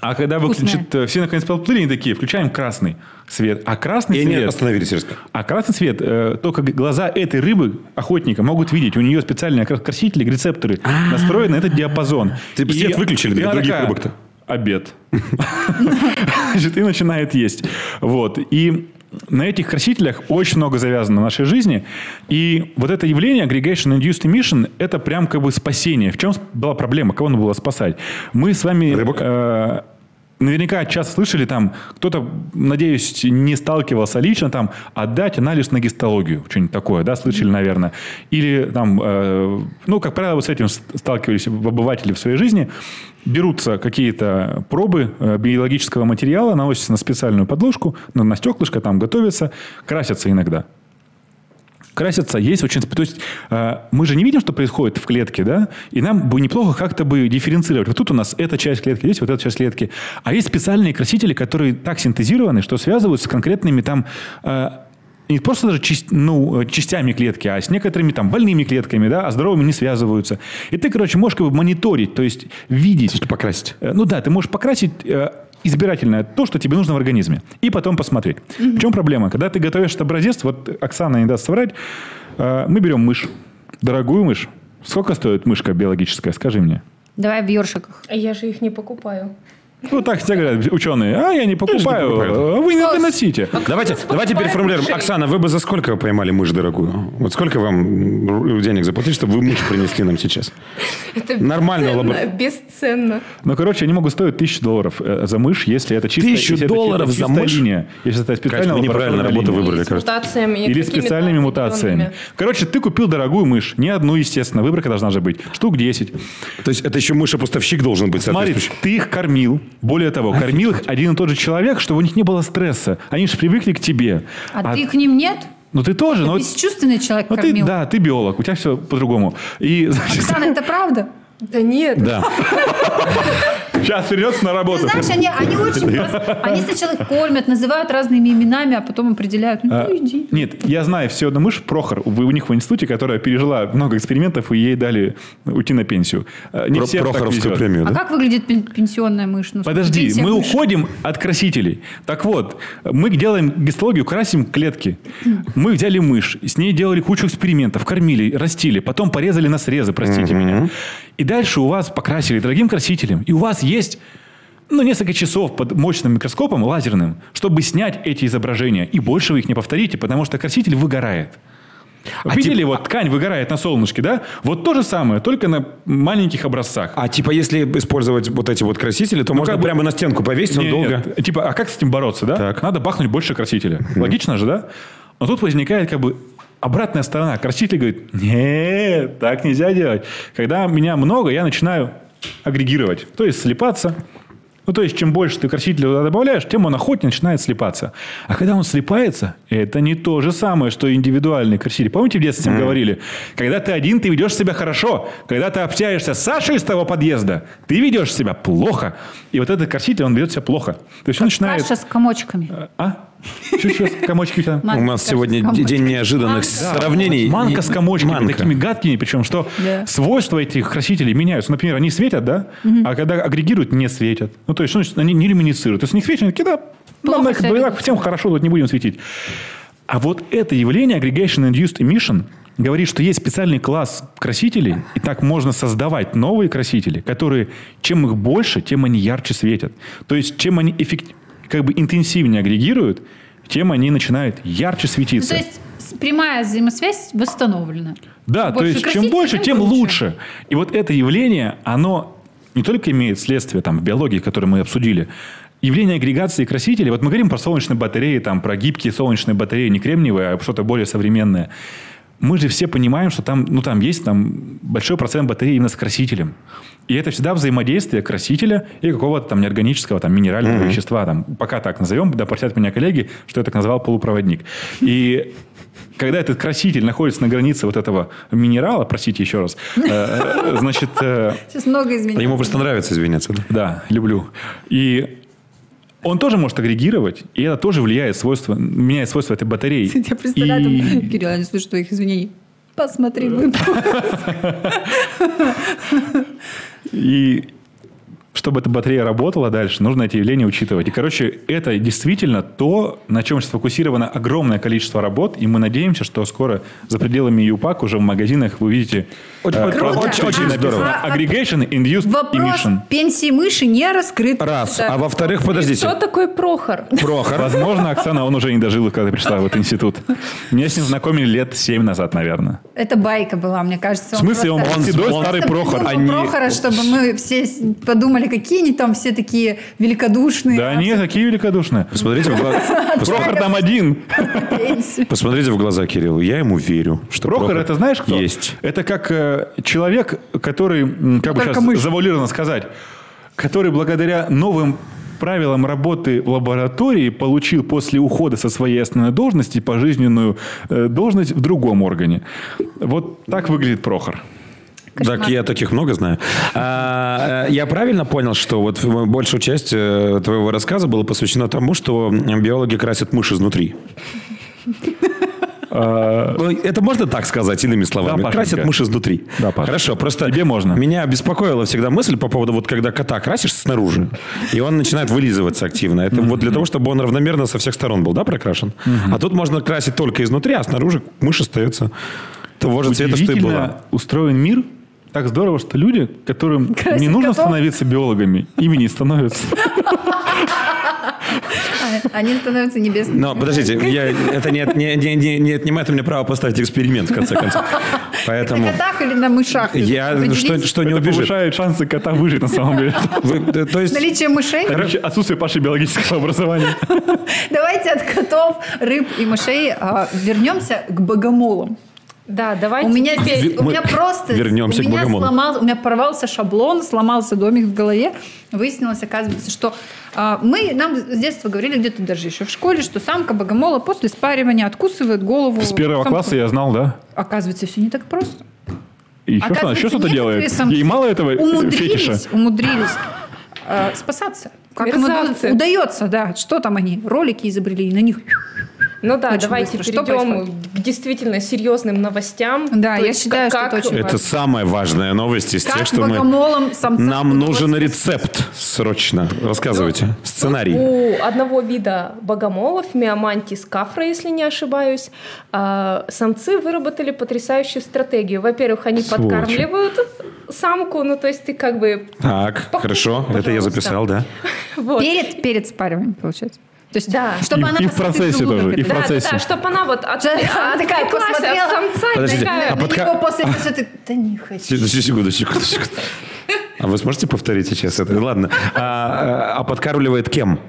Speaker 1: А когда вы,
Speaker 2: Вкусная.
Speaker 1: значит, э, все наконец подплыли, они такие, включаем красный свет. А красный
Speaker 4: И они
Speaker 1: свет...
Speaker 4: остановились резко.
Speaker 1: А красный цвет, э, только г- глаза этой рыбы, охотника, могут видеть. У нее специальные крас- красители, рецепторы настроены на этот диапазон.
Speaker 4: А. Типа
Speaker 1: И-
Speaker 4: свет выключили
Speaker 1: и
Speaker 4: для
Speaker 1: она
Speaker 4: других
Speaker 1: такая,
Speaker 4: рыбок-то.
Speaker 1: Обед. Значит, и начинает есть. Вот. И на этих красителях очень много завязано в нашей жизни. И вот это явление aggregation induced emission – это прям как бы спасение. В чем была проблема? Кого надо было спасать? Мы с вами
Speaker 4: Рыбок?
Speaker 1: э, наверняка часто слышали там, кто-то, надеюсь, не сталкивался лично там, отдать анализ на гистологию, что-нибудь такое, да, слышали, наверное. Или там, э, ну, как правило, вот с этим с- сталкивались в- обыватели в своей жизни. Берутся какие-то пробы э, биологического материала, наносятся на специальную подложку, ну, на, на стеклышко, там готовятся, красятся иногда красятся, есть очень... То есть э, мы же не видим, что происходит в клетке, да? И нам бы неплохо как-то бы дифференцировать. Вот тут у нас эта часть клетки, здесь вот эта часть клетки. А есть специальные красители, которые так синтезированы, что связываются с конкретными там... э, не просто даже часть- ну, э, частями клетки, а с некоторыми там больными клетками, да, а здоровыми не связываются. И ты, короче, можешь как бы мониторить, то есть видеть,
Speaker 4: Что покрасить?
Speaker 1: Э, Ну да, ты можешь покрасить э, избирательно то, что тебе нужно в организме, и потом посмотреть. В чем проблема? Когда ты готовишь этот образец, вот Оксана не даст соврать, э, мы берем мышь, дорогую мышь. Сколько стоит мышка биологическая, скажи мне?
Speaker 2: Давай в ёршиках.
Speaker 3: Я же их не покупаю.
Speaker 1: Ну так все говорят ученые, а я не покупаю,
Speaker 4: покупаю.
Speaker 1: э, вы не доносите.
Speaker 4: Давайте,
Speaker 3: нас
Speaker 4: давайте
Speaker 3: покупают
Speaker 4: переформулируем.
Speaker 3: мышей?
Speaker 4: Оксана, вы бы за сколько поймали мышь дорогую? Вот сколько вам ру- денег заплатить, чтобы вы мышь принесли нам сейчас?
Speaker 3: Это
Speaker 4: Нормально,
Speaker 3: бесценно,
Speaker 4: лабо-
Speaker 3: Бесценно.
Speaker 1: Ну, короче, они могут стоить тысячу долларов э, за мышь, если это чистая,
Speaker 4: Тысячу
Speaker 1: если это
Speaker 4: долларов за
Speaker 1: чистая
Speaker 4: мышь?
Speaker 1: линия, если это специально
Speaker 4: Кать, вы неправильно
Speaker 1: лабораторная
Speaker 4: работу
Speaker 1: линия.
Speaker 4: Выбрали,
Speaker 3: Или с
Speaker 4: кажется.
Speaker 3: мутациями.
Speaker 1: Или
Speaker 3: какими-то
Speaker 1: специальными мутациями.
Speaker 3: определенными.
Speaker 1: Короче, ты купил дорогую мышь. Не одну, естественно. Выборка должна же быть. Штук 10.
Speaker 4: То есть это еще мышь-поставщик должен быть
Speaker 1: Смотри,
Speaker 4: соответствующий?
Speaker 1: ты их кормил. Более того, кормил их один и тот же человек, чтобы у них не было стресса. Они же привыкли к тебе.
Speaker 2: А, ты к ним нет?
Speaker 1: Ну ты тоже. но-
Speaker 2: Бесчувственный человек
Speaker 1: но ты,
Speaker 2: кормил.
Speaker 1: да, ты биолог. У тебя все по-другому. И, <laughs> значит,
Speaker 2: Оксана, это правда?
Speaker 3: Да нет.
Speaker 4: Да.
Speaker 1: сейчас вернется на
Speaker 2: Ты
Speaker 1: работу.
Speaker 2: знаешь, они, они очень просто... Они сначала их кормят, называют разными именами, а потом определяют. Ну,
Speaker 1: А,
Speaker 2: ты иди.
Speaker 1: Нет, я знаю всего одну мышь, Прохор, у, у них в институте, которая пережила много экспериментов, и ей дали уйти на пенсию. Э, Не
Speaker 4: Про-
Speaker 1: всех так
Speaker 4: Прохоровскую
Speaker 1: везет.
Speaker 4: премию,
Speaker 2: А
Speaker 4: да?
Speaker 2: как выглядит пен- пенсионная мышь? Ну,
Speaker 1: ну. Подожди,
Speaker 2: пенсия
Speaker 1: мы
Speaker 2: мыши.
Speaker 1: уходим от красителей. Так вот, мы делаем гистологию, красим клетки. Мы взяли мышь, с ней делали кучу экспериментов, кормили, растили, потом порезали на срезы, простите меня. И дальше у вас покрасили дорогим красителем, и у вас есть ну, несколько часов под мощным микроскопом лазерным, чтобы снять эти изображения. И больше вы их не повторите, потому что краситель выгорает. Видели, вот ткань выгорает на солнышке, да? Вот то же самое, только на маленьких образцах.
Speaker 4: А типа если использовать вот эти вот красители, то можно
Speaker 1: Ну, как бы-
Speaker 4: прямо на стенку повесить, он
Speaker 1: Не,
Speaker 4: долго...
Speaker 1: нет. Типа, а как с этим бороться, да?
Speaker 4: Так.
Speaker 1: Надо бахнуть больше красителя. Логично же, да? Но тут возникает как бы обратная сторона. Краситель говорит, нет, так нельзя делать. Когда меня много, я начинаю агрегировать. То есть слепаться. Ну, то есть, чем больше ты красителя туда добавляешь, тем он охотнее начинает слепаться. А когда он слепается, это не то же самое, что индивидуальный краситель. Помните, в детстве всем говорили? Когда ты один, ты ведешь себя хорошо. Когда ты общаешься с Сашей из того подъезда, ты ведешь себя плохо. И вот этот краситель, он ведет себя плохо. То есть, он начинает...
Speaker 2: Каша с комочками.
Speaker 1: А? Чуть-чуть комочки у тебя.
Speaker 2: Ман-
Speaker 4: У нас
Speaker 2: Каша с
Speaker 4: сегодня
Speaker 2: комочками.
Speaker 4: день неожиданных сравнений.
Speaker 1: Манка с комочками,
Speaker 4: Манка.
Speaker 1: такими гадкими, причем, что
Speaker 2: Да.
Speaker 1: свойства этих красителей меняются. Например, они светят, да? А когда агрегируют, не светят. Ну, то есть, ну, значит, они не люминицируют. То есть, у них свечи, они такие, да, нам
Speaker 2: Плохо
Speaker 1: нафиг,
Speaker 2: себя
Speaker 1: да и
Speaker 2: ведут.
Speaker 1: так всем хорошо, тут не будем светить. А вот это явление aggregation-induced emission говорит, что есть специальный класс красителей, и так можно создавать новые красители, которые, чем их больше, тем они ярче светят. То есть, чем они эффект- как бы интенсивнее агрегируют, тем они начинают ярче
Speaker 2: Ну,
Speaker 1: светиться.
Speaker 2: То есть с- прямая взаимосвязь восстановлена.
Speaker 1: Да,
Speaker 2: Чем
Speaker 1: то
Speaker 2: больше
Speaker 1: есть чем
Speaker 2: краситель,
Speaker 1: больше,
Speaker 2: тем
Speaker 1: тем
Speaker 2: круче.
Speaker 1: лучше. И вот это явление, оно не только имеет следствие там, в биологии, которое мы обсудили, явление агрегации красителей, вот мы говорим про солнечные батареи, там, про гибкие солнечные батареи, не кремниевые, а что-то более современное. Мы же все понимаем, что там, ну, там есть там, большой процент батареи именно с красителем. И это всегда взаимодействие красителя и какого-то там неорганического, там, минерального вещества. Там, пока так назовем, да простят меня коллеги, что я так назвал полупроводник. И когда этот краситель находится на границе вот этого минерала, простите еще раз, э, э, значит, э,
Speaker 2: Сейчас много изменилось.
Speaker 4: Ему просто нравится извиняться. да?
Speaker 1: да, люблю. И он тоже может агрегировать, и это тоже влияет свойства, меняет свойства этой батареи.
Speaker 2: Я представляю,
Speaker 1: И-
Speaker 2: там, Кирилл, я не слышу твоих извинений. Посмотри выпуск.
Speaker 1: И чтобы эта батарея работала дальше, нужно эти явления учитывать. И, короче, это действительно то, на чем сфокусировано огромное количество работ, и мы надеемся, что скоро за пределами ЮПАК уже в магазинах вы увидите
Speaker 4: Очень-
Speaker 1: э,
Speaker 4: очень-
Speaker 1: про-
Speaker 2: очень-
Speaker 1: очень
Speaker 2: а,
Speaker 1: здорово.
Speaker 2: а-
Speaker 1: Aggregation Induced
Speaker 2: <laughs> Вопрос
Speaker 1: Emission.
Speaker 2: пенсии мыши не раскрыт.
Speaker 4: Раз.
Speaker 2: Так.
Speaker 4: А во-вторых,
Speaker 3: Что
Speaker 4: подождите.
Speaker 3: такое Прохор?
Speaker 4: Прохор.
Speaker 1: Возможно, Оксана, он уже не дожил, когда пришла в этот институт. Меня с ним знакомили лет 7 назад, наверное.
Speaker 2: Это байка была, мне кажется.
Speaker 1: В смысле, он,
Speaker 2: просто-
Speaker 1: он седой
Speaker 4: он-
Speaker 1: старый
Speaker 2: Просто
Speaker 1: Прохор.
Speaker 2: придумал
Speaker 4: а
Speaker 1: Они-
Speaker 2: Прохора, чтобы мы все с- подумали, какие они там все такие великодушные.
Speaker 1: Да они такие великодушные.
Speaker 4: Посмотрите в глаза.
Speaker 1: Прохор там один.
Speaker 2: Пенсии.
Speaker 4: Посмотрите в глаза Кириллу. Я ему верю, что
Speaker 1: Прохор, это знаешь кто?
Speaker 4: Есть.
Speaker 1: Это как э, человек, который, м, как бы
Speaker 2: Только
Speaker 1: сейчас
Speaker 2: мышь.
Speaker 1: завуалированно сказать, который благодаря новым правилам работы в лаборатории получил после ухода со своей основной должности пожизненную э, должность в другом органе. Вот так выглядит Прохор.
Speaker 4: Так, я таких много знаю. А, э, я правильно понял, что вот в- большую часть э, твоего рассказа было посвящено тому, что м, биологи красят мышь изнутри?
Speaker 1: А,
Speaker 4: Ну, Это можно так сказать, иными словами?
Speaker 1: Э. Да, Пашенька.
Speaker 4: красят мышь изнутри.
Speaker 1: Да, Паша.
Speaker 4: Хорошо, просто...
Speaker 1: Тебе можно.
Speaker 4: Меня беспокоила всегда мысль по поводу, вот когда кота красишь снаружи, и он начинает вылизываться активно. Это вот для того, чтобы он равномерно со всех сторон был, да, прокрашен? А тут можно красить только изнутри, а снаружи мышь остается того же цвета, что и была.
Speaker 1: Удивительно устроен мир. Так здорово, что люди, которым
Speaker 2: Красят
Speaker 1: не нужно
Speaker 2: котов.
Speaker 1: становиться биологами, ими не становятся.
Speaker 2: Они становятся небесными.
Speaker 4: Но подождите, я, это не, не, не, не, не отнимает у меня право поставить эксперимент, в конце концов. Поэтому
Speaker 2: На котах или на мышах?
Speaker 4: я что,
Speaker 2: Определить
Speaker 4: что не
Speaker 1: Это
Speaker 4: убежит.
Speaker 1: повышает шансы кота выжить на самом деле.
Speaker 4: Вы, э, то есть,
Speaker 2: Наличие мышей?
Speaker 1: Короче, отсутствие Паши биологического образования.
Speaker 2: Давайте от котов, рыб и мышей а, вернемся к богомолам.
Speaker 3: Да, давайте.
Speaker 2: У меня
Speaker 3: теперь-
Speaker 2: здесь, у
Speaker 4: мы
Speaker 2: меня просто...
Speaker 4: вернемся
Speaker 2: у
Speaker 4: к
Speaker 2: меня
Speaker 4: богомолам.
Speaker 2: сломал- у меня порвался шаблон, сломался домик в голове. Выяснилось, оказывается, что а, мы, нам с детства говорили, где-то даже еще в школе, что самка богомола после спаривания откусывает голову.
Speaker 1: С первого
Speaker 2: самцу.
Speaker 1: класса я знал, да?
Speaker 2: Оказывается, все не так просто.
Speaker 1: И еще что, еще
Speaker 2: Оказывается,
Speaker 1: что-то
Speaker 2: некоторые
Speaker 1: делает?
Speaker 2: самцы
Speaker 1: Ей мало этого э,
Speaker 2: умудрились,
Speaker 1: фетиша?
Speaker 2: Умудрились э, спасаться. Как им
Speaker 3: Мерзавцы.
Speaker 2: уда- удается, да. Что там они? Ролики изобрели, и на них...
Speaker 3: Ну да,
Speaker 2: Очень
Speaker 3: давайте
Speaker 2: быстро. Что
Speaker 3: перейдем
Speaker 2: происходит?
Speaker 3: к действительно серьезным новостям.
Speaker 2: Да,
Speaker 3: То
Speaker 2: я
Speaker 3: есть
Speaker 2: считаю,
Speaker 3: как-
Speaker 2: что это очень
Speaker 4: это самая важная новость из тех,
Speaker 2: Как
Speaker 4: что мы...
Speaker 2: богомолом самцам
Speaker 4: Нам
Speaker 2: удалось
Speaker 4: нужен рецепт срочно. Рассказывайте. Сценарий.
Speaker 3: У одного вида богомолов, миомантис кафра, если не ошибаюсь, а, самцы выработали потрясающую стратегию. Во-первых, они
Speaker 1: Сволочи.
Speaker 3: подкармливают самку, ну то есть ты как бы
Speaker 4: Так,
Speaker 3: Похоже,
Speaker 4: хорошо. Это я
Speaker 3: пожалуйста.
Speaker 4: записал, да?
Speaker 3: вот.
Speaker 2: Перед, перед спариванием, получается. То есть,
Speaker 3: Да.
Speaker 1: И-
Speaker 2: чтобы она
Speaker 1: и в
Speaker 2: просто
Speaker 1: процессе
Speaker 2: чуть
Speaker 1: тоже, и в
Speaker 2: глубже
Speaker 3: Да, да,
Speaker 1: процессе.
Speaker 3: да, чтобы она вот от,
Speaker 2: Да, она а, такая
Speaker 3: отвлеклась от
Speaker 2: посмотрела.
Speaker 3: самца и
Speaker 4: Подождите, а
Speaker 3: такая,
Speaker 2: перед-
Speaker 4: подка-
Speaker 2: На него после этого
Speaker 1: <laughs>
Speaker 2: ты... Да не хочу.
Speaker 4: Секунду, секунду, секунду, секунду. А вы сможете повторить сейчас это? Ладно. А, а- а подкармливает кем?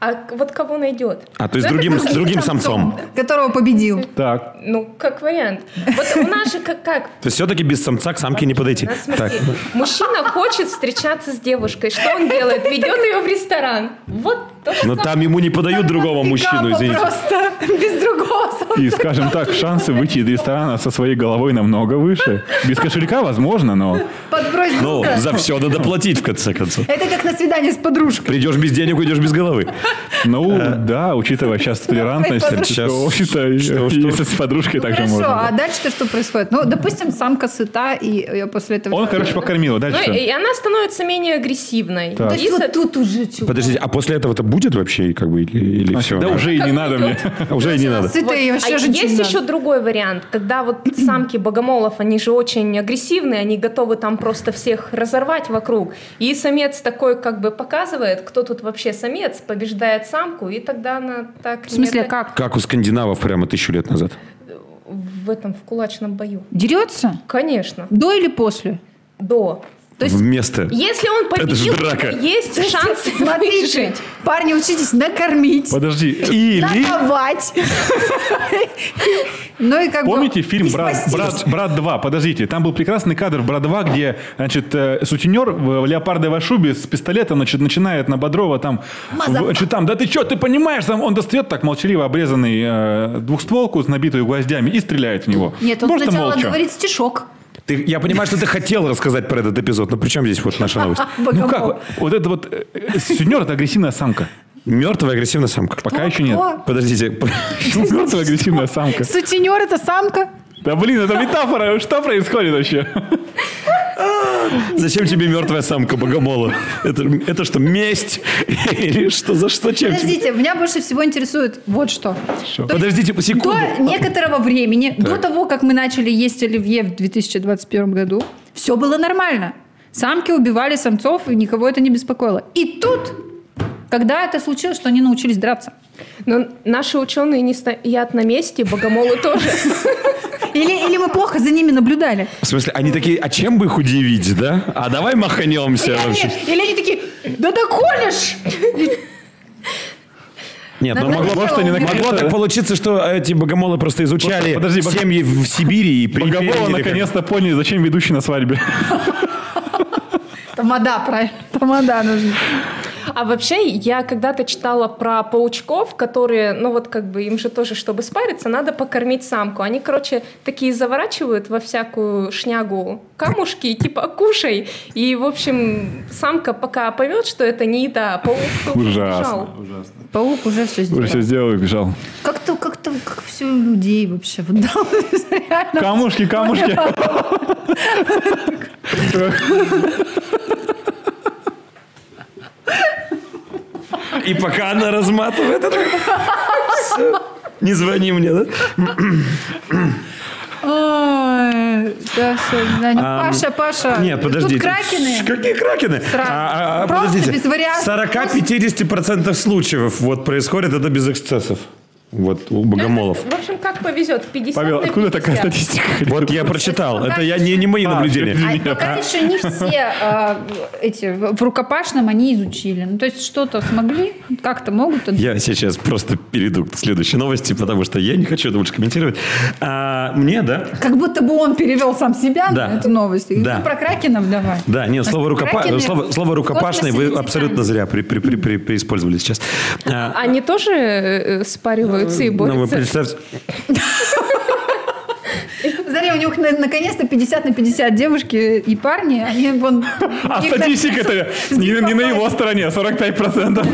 Speaker 3: А к- вот кого найдет?
Speaker 4: А, то есть
Speaker 3: Ну, это
Speaker 4: другим,
Speaker 3: другим
Speaker 4: другим самцом.
Speaker 2: Которого победил.
Speaker 1: Так,
Speaker 3: Ну, как вариант. Вот у нас же как, как?
Speaker 4: То есть все-таки без самца к самке не подойти.
Speaker 3: Да,
Speaker 4: Так.
Speaker 3: смотри, мужчина хочет встречаться с девушкой. Что он делает? Ведет ее в ресторан. Вот то, что
Speaker 4: Но там ему не подают другого мужчину,
Speaker 2: Пикапа
Speaker 4: извините.
Speaker 2: Просто без другого самца.
Speaker 1: и скажем так, шансы выйти из ресторана со своей головой намного выше. Без кошелька возможно, но...
Speaker 2: Подбрось
Speaker 4: Ну,
Speaker 2: друга.
Speaker 4: за все надо платить, в конце концов.
Speaker 2: Это как на свидание с подружкой.
Speaker 4: Придешь без денег, уйдешь без головы.
Speaker 1: Ну,
Speaker 4: Э.
Speaker 1: да, учитывая сейчас толерантность,
Speaker 2: Твоей
Speaker 4: подружкой.
Speaker 1: то, в общем-то, и-
Speaker 4: Что-
Speaker 1: и
Speaker 4: что?
Speaker 1: с подружкой также
Speaker 2: Хорошо,
Speaker 1: можно.
Speaker 2: а дальше-то что происходит? Ну, допустим, самка сыта, и э, после этого...
Speaker 1: Он, короче, покормил,
Speaker 3: Ну,
Speaker 1: дальше.
Speaker 3: и,
Speaker 1: что?
Speaker 3: и она становится менее агрессивной.
Speaker 1: Так.
Speaker 2: То
Speaker 3: И
Speaker 2: есть вот
Speaker 3: со-
Speaker 2: тут уже чего?
Speaker 4: Подождите, а после этого-то будет вообще, как бы, или, или
Speaker 2: Ну,
Speaker 4: все?
Speaker 1: Да уже и не
Speaker 3: Как
Speaker 1: надо мне.
Speaker 4: уже и не надо.
Speaker 2: Сытая, и
Speaker 3: а
Speaker 2: вообще жить не
Speaker 3: есть
Speaker 2: надо.
Speaker 3: еще другой вариант,
Speaker 2: <clears throat>
Speaker 3: когда вот самки богомолов, они же очень агрессивные, они готовы там просто всех разорвать вокруг. И самец такой как бы показывает, кто тут вообще самец, побеждает самку, и тогда она так...
Speaker 2: В смысле,
Speaker 3: нет,
Speaker 2: как?
Speaker 4: Как у скандинавов прямо тысячу лет назад.
Speaker 3: В этом, в кулачном бою.
Speaker 2: Дерется?
Speaker 3: Конечно,
Speaker 2: До или после?
Speaker 3: до. То есть,
Speaker 4: Вместо.
Speaker 3: если он
Speaker 4: Это ж
Speaker 3: победил,
Speaker 4: драка.
Speaker 3: есть шанс
Speaker 2: Смотрите,
Speaker 3: выжить.
Speaker 2: парни, учитесь накормить.
Speaker 1: Подожди. Или...
Speaker 2: Надавать. Ну и как бы
Speaker 1: Помните фильм
Speaker 2: и
Speaker 1: «Брат,
Speaker 2: спастись.
Speaker 1: брат, брат 2»? Подождите, там был прекрасный кадр в «Брат 2», где, значит, э, сутенер в леопардовой шубе с пистолетом, значит, начинает на Бодрова там...
Speaker 2: Мазафак.
Speaker 1: в- Значит, там, да ты что, ты понимаешь? Там он достает так молчаливо обрезанный э, двухстволку с набитую гвоздями и стреляет в него.
Speaker 2: Нет, он
Speaker 1: Просто
Speaker 2: сначала
Speaker 1: молча.
Speaker 2: говорит стишок.
Speaker 4: Ты- я понимаю, что ты хотел рассказать про этот эпизод, но при чем здесь вот наша новость?
Speaker 1: Ну
Speaker 2: Богомол.
Speaker 1: как? Вот это вот... э, э, Сутенер – это агрессивная самка.
Speaker 4: Мертвая агрессивная самка.
Speaker 2: Ну
Speaker 1: Пока еще нет.
Speaker 2: Кто?
Speaker 4: Подождите. <laughs>
Speaker 1: Мертвая агрессивная самка.
Speaker 2: Сутенер это самка.
Speaker 1: Да блин, это метафора. Что происходит вообще?
Speaker 4: Зачем тебе мертвая самка богомола? Это, это что, месть? Или что? За что? Чем тебе?
Speaker 2: Подождите, меня больше всего интересует вот что.
Speaker 1: Что?
Speaker 2: То есть
Speaker 4: Подождите по секунду.
Speaker 2: До некоторого времени, до того, как мы начали есть оливье в 2021 году, все было нормально. Самки убивали самцов, и никого это не беспокоило. И тут, когда это случилось, что они научились драться.
Speaker 3: Но наши ученые не стоят на месте, богомолы тоже.
Speaker 2: Или, или мы плохо за ними наблюдали.
Speaker 4: В смысле, они такие, а чем бы их удивить, да? А давай маханемся вообще.
Speaker 2: Или, или они такие, да ты колешь!
Speaker 4: Нет,
Speaker 2: Надо
Speaker 4: ну могло,
Speaker 2: сначала
Speaker 4: может, они
Speaker 2: убить.
Speaker 4: могло так получиться, что эти богомолы просто изучали
Speaker 1: Подожди, бог-
Speaker 4: семьи в Сибири и
Speaker 1: Богомола
Speaker 4: приперли,
Speaker 1: наконец-то поняли, зачем ведущий на свадьбе.
Speaker 2: Тамада, правильно. Тамада нужна.
Speaker 3: А вообще, я когда-то читала про паучков, которые, ну вот как бы им же тоже, чтобы спариться, надо покормить самку. Они, короче, такие заворачивают во всякую шнягу камушки, и типа кушай. И, в общем, самка пока поймет, что это не еда, а паук только убежал.
Speaker 1: Ужасно. ужасно.
Speaker 2: Паук уже все
Speaker 1: Уже все
Speaker 2: сделал.
Speaker 1: сделал и бежал.
Speaker 2: Как-то, как-то, как все людей вообще. Вот, да, <laughs> реально.
Speaker 1: Камушки,
Speaker 2: <laughs>
Speaker 1: камушки.
Speaker 4: И пока она разматывает это. всё. Не звони мне, да?
Speaker 2: Ой, да, всё, да, не-
Speaker 4: Ам,
Speaker 2: Паша, Паша.
Speaker 4: Нет, подождите.
Speaker 2: Тут кракены.
Speaker 4: Ш, Какие кракены?
Speaker 2: Сразу.
Speaker 4: А, а, а,
Speaker 2: Просто
Speaker 4: подождите.
Speaker 2: без вариантов.
Speaker 4: 40-50% случаев вот происходит это без эксцессов. Вот у богомолов.
Speaker 3: В общем, как повезет, 50
Speaker 1: Павел,
Speaker 3: на
Speaker 1: откуда такая
Speaker 3: 50.
Speaker 1: статистика?
Speaker 4: Вот я прочитал.
Speaker 2: пока
Speaker 4: Это я не, не мои
Speaker 1: А,
Speaker 4: наблюдения.
Speaker 2: А пока еще не все а, эти в в рукопашном они изучили. Ну, то есть что-то смогли, как-то могут.
Speaker 4: Я сейчас просто перейду к следующей новости, потому что я не хочу это больше комментировать. А, мне, да?
Speaker 2: Как будто бы он перевел сам себя
Speaker 4: Да.
Speaker 2: на эту новость. И
Speaker 4: Да.
Speaker 2: ты про кракенов давай.
Speaker 4: Да, нет, слово,
Speaker 2: А
Speaker 4: рукопа-
Speaker 2: Кракены
Speaker 4: слово, слово
Speaker 2: в
Speaker 4: рукопашный
Speaker 2: космосе
Speaker 4: вы
Speaker 2: летят.
Speaker 4: абсолютно зря при, при- при- при- преиспользовали сейчас. А,
Speaker 3: Они тоже э, спариваются и
Speaker 4: ну, вы
Speaker 3: борются.
Speaker 4: представьте,
Speaker 2: Смотри, у них на- наконец-то 50 на 50 девушки и парни. Они
Speaker 4: <laughs>
Speaker 2: вон...
Speaker 1: А
Speaker 2: их на-
Speaker 1: статистика-то
Speaker 2: с
Speaker 1: не,
Speaker 2: них
Speaker 1: не на его стороне, 45%.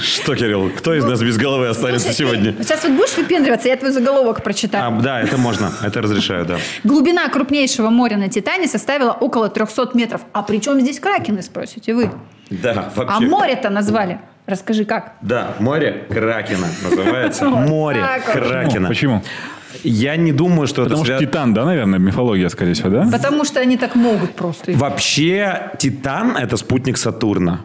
Speaker 4: что, Кирилл, кто из нас без головы останется
Speaker 2: Слушай,
Speaker 4: сегодня?
Speaker 2: Сейчас вот будешь выпендриваться, я твой заголовок прочитаю.
Speaker 4: А, да, это можно, это разрешаю, да.
Speaker 2: Глубина крупнейшего моря на Титане составила около 300 метров. А при чем здесь кракены, спросите вы?
Speaker 4: Да, вообще.
Speaker 2: А море-то назвали. Расскажи, как?
Speaker 4: Да, море Кракена называется.
Speaker 2: Вот
Speaker 4: Море
Speaker 2: так вот.
Speaker 4: Кракена.
Speaker 1: Ну, Почему?
Speaker 4: Я не думаю, что это
Speaker 1: Потому что
Speaker 4: связано-
Speaker 1: Титан, да, наверное, мифология, скорее всего, да?
Speaker 2: Потому что они так могут просто,
Speaker 4: Вообще, Титан – это спутник Сатурна.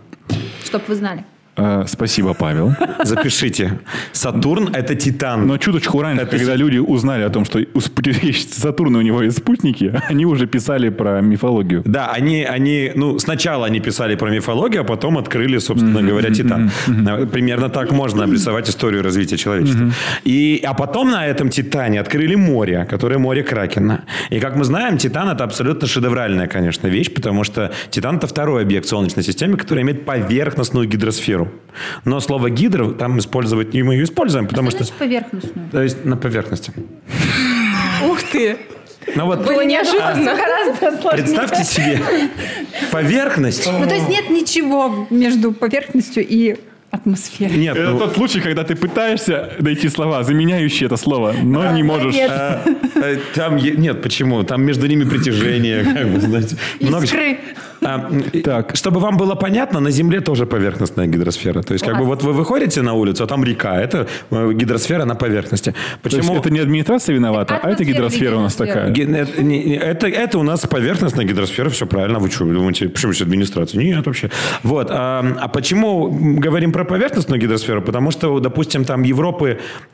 Speaker 2: чтобы вы знали.
Speaker 1: Э, спасибо, Павел.
Speaker 4: Запишите. Сатурн – это Титан.
Speaker 1: Но чуточку раньше, когда люди узнали о том, что у спу- <laughs> Сатурна у него есть спутники, <laughs> они уже писали про мифологию.
Speaker 4: Да, они, они, ну, сначала они писали про мифологию, а потом открыли, собственно говоря, Титан. А, Примерно так можно обрисовать историю развития человечества. И, а потом на этом Титане открыли море, которое море Кракена. И как мы знаем, Титан это абсолютно шедевральная, конечно, вещь, потому что Титан это второй объект в Солнечной системе, который имеет поверхностную гидросферу. Но слово гидро там использовать не мы ее используем, потому что...
Speaker 2: Значит, поверхностную.
Speaker 4: То есть на поверхности.
Speaker 3: Ух ты!
Speaker 4: Ну вот,
Speaker 3: Было неожиданно.
Speaker 2: Гораздо сложнее.
Speaker 4: представьте себе поверхность.
Speaker 2: Ну, то есть нет ничего между поверхностью и атмосферой.
Speaker 4: Нет,
Speaker 1: Это
Speaker 4: ну,
Speaker 1: тот случай, когда ты пытаешься найти слова, заменяющие это слово, но не можешь.
Speaker 2: нет.
Speaker 4: А, <laughs> а, Там е- нет, почему? Там между ними притяжение, как бы, знаете. Много чего.
Speaker 2: Искры.
Speaker 4: А, м,
Speaker 1: Так.
Speaker 4: Чтобы вам было понятно, на Земле тоже поверхностная гидросфера. То есть, как бы вот вы выходите на улицу, а там река, это э, гидросфера на поверхности.
Speaker 1: То есть
Speaker 4: Почему?
Speaker 1: это не администрация виновата, а это
Speaker 2: Атмосфера
Speaker 1: гидросфера у нас
Speaker 2: гидросфера.
Speaker 1: такая.
Speaker 4: Ге- Это, не- не- это, это у нас поверхностная гидросфера, все правильно. Вы что, вы думаете, почему здесь администрация? Нет, вообще. Вот. А, а почему говорим про поверхностную гидросферу? Потому что, допустим, там Европы, эм,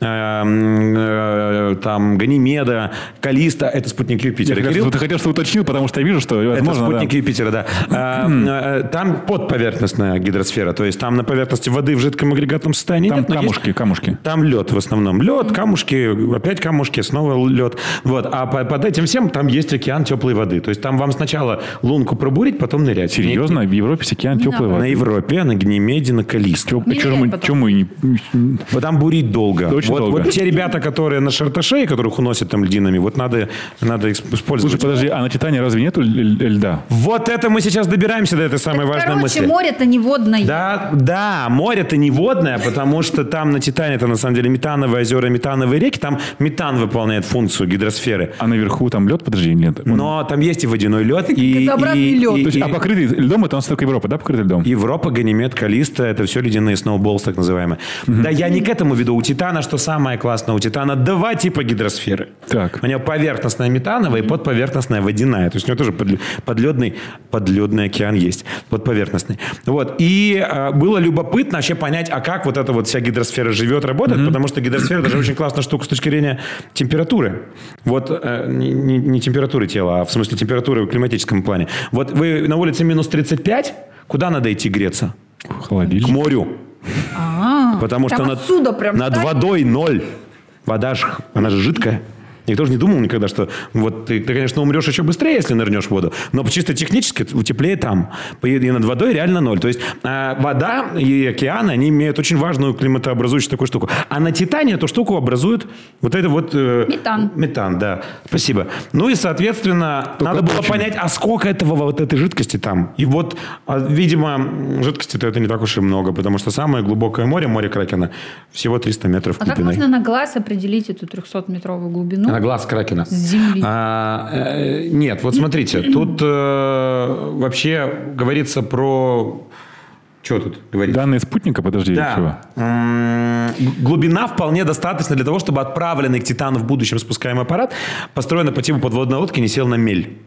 Speaker 4: э, там Ганимеда, Калиста, это спутник
Speaker 1: Я
Speaker 4: Юпитера.
Speaker 1: как раз
Speaker 4: Кирилл?
Speaker 1: вот хотел, чтобы уточнил, потому что я вижу, что возможно, да.
Speaker 4: это спутник
Speaker 1: <clears throat>
Speaker 4: Юпитера, да. А, э, Там подповерхностная гидросфера, то есть там на поверхности воды в жидком агрегатном состоянии
Speaker 1: Там
Speaker 4: нет, но есть-
Speaker 1: камушки, камушки.
Speaker 4: там лед в основном. Лед, камушки, опять камушки, снова лед. Вот. А по- под этим всем там есть океан теплой воды. То есть там вам сначала лунку пробурить, потом нырять.
Speaker 1: Серьезно, в Европе океан теплый
Speaker 4: На
Speaker 1: вода.
Speaker 4: Европе, на Гнемеде, на Калисте.
Speaker 2: Не
Speaker 1: Почему
Speaker 2: лень
Speaker 1: мы
Speaker 2: потом.
Speaker 1: чё мы не...
Speaker 4: Вот там бурить долго.
Speaker 1: Очень
Speaker 4: вот,
Speaker 1: долго.
Speaker 4: вот те ребята, которые на шарташе, и которых уносят там льдинами, вот надо, надо их
Speaker 1: Слушай,
Speaker 4: использовать.
Speaker 1: подожди, а на Титане разве нету ль- ль- льда?
Speaker 4: Вот это мы сейчас добираемся до этой самой важной
Speaker 2: Короче,
Speaker 4: мысли.
Speaker 2: море-то не водное.
Speaker 4: Да, да, море-то не водное, потому что там на Титане это на самом деле метановые озера, метановые реки, там метан выполняет функцию гидросферы.
Speaker 1: А наверху там лед, подожди, или нет. Он-
Speaker 4: Но там есть и водяной лед, и,
Speaker 2: Газообразный
Speaker 4: и-
Speaker 2: лед.
Speaker 4: Ну, и-
Speaker 1: То есть,
Speaker 4: и-
Speaker 1: а покрытый льдом, это у нас только Европа, да, покрытый льдом?
Speaker 4: Европа, Ганимед, Калиста, это все ледяные сноуболс, так называемые. Да, я не к этому веду. У Титана, что самое классное у Титана, два типа гидросферы.
Speaker 1: Так.
Speaker 4: У него поверхностная метановая и подповерхностная водяная. То есть у него тоже подле- подледный, подледный океан есть, подповерхностный. Вот. И э, было любопытно вообще понять, а как вот эта вот вся гидросфера живет, работает, потому что гидросфера даже очень классная штука с точки зрения температуры. Вот э, не, не- не температуры тела, а в смысле температуры в климатическом плане. Вот вы на улице минус 35, куда надо идти греться? К
Speaker 1: Холодильник.
Speaker 4: морю.
Speaker 2: А,
Speaker 4: Потому
Speaker 2: там
Speaker 4: что над,
Speaker 2: отсюда прям
Speaker 4: над
Speaker 2: встать.
Speaker 4: водой ноль. Вода ж, она же жидкая. Никто же не думал никогда, что вот ты, ты, конечно, умрешь еще быстрее, если нырнешь в воду, но чисто технически утеплее там. По- И над водой реально ноль. То есть а, вода и океаны, они имеют очень важную климатообразующую такую штуку. А на Титане эту штуку образует вот это вот... э,
Speaker 2: Метан.
Speaker 4: Метан, да. Спасибо. Ну и, соответственно, надо было
Speaker 1: очень.
Speaker 4: понять, а сколько этого вот этой жидкости там? И вот, а, видимо, м, жидкости-то это не так уж и много, потому что самое глубокое море, море Кракена, всего 300 метров
Speaker 2: А как
Speaker 4: глубиной.
Speaker 2: можно на глаз определить эту 300-метровую глубину?
Speaker 4: На глаз Кракена.
Speaker 2: С земли.
Speaker 4: А, э, нет, вот смотрите, тут э, вообще говорится про... Что тут говорится?
Speaker 1: Данные спутника, подожди, или чего?
Speaker 4: Да. М, Глубина вполне достаточна для того, чтобы отправленный к Титану в будущем спускаемый аппарат, построенный по типу подводной лодки, не сел на мель.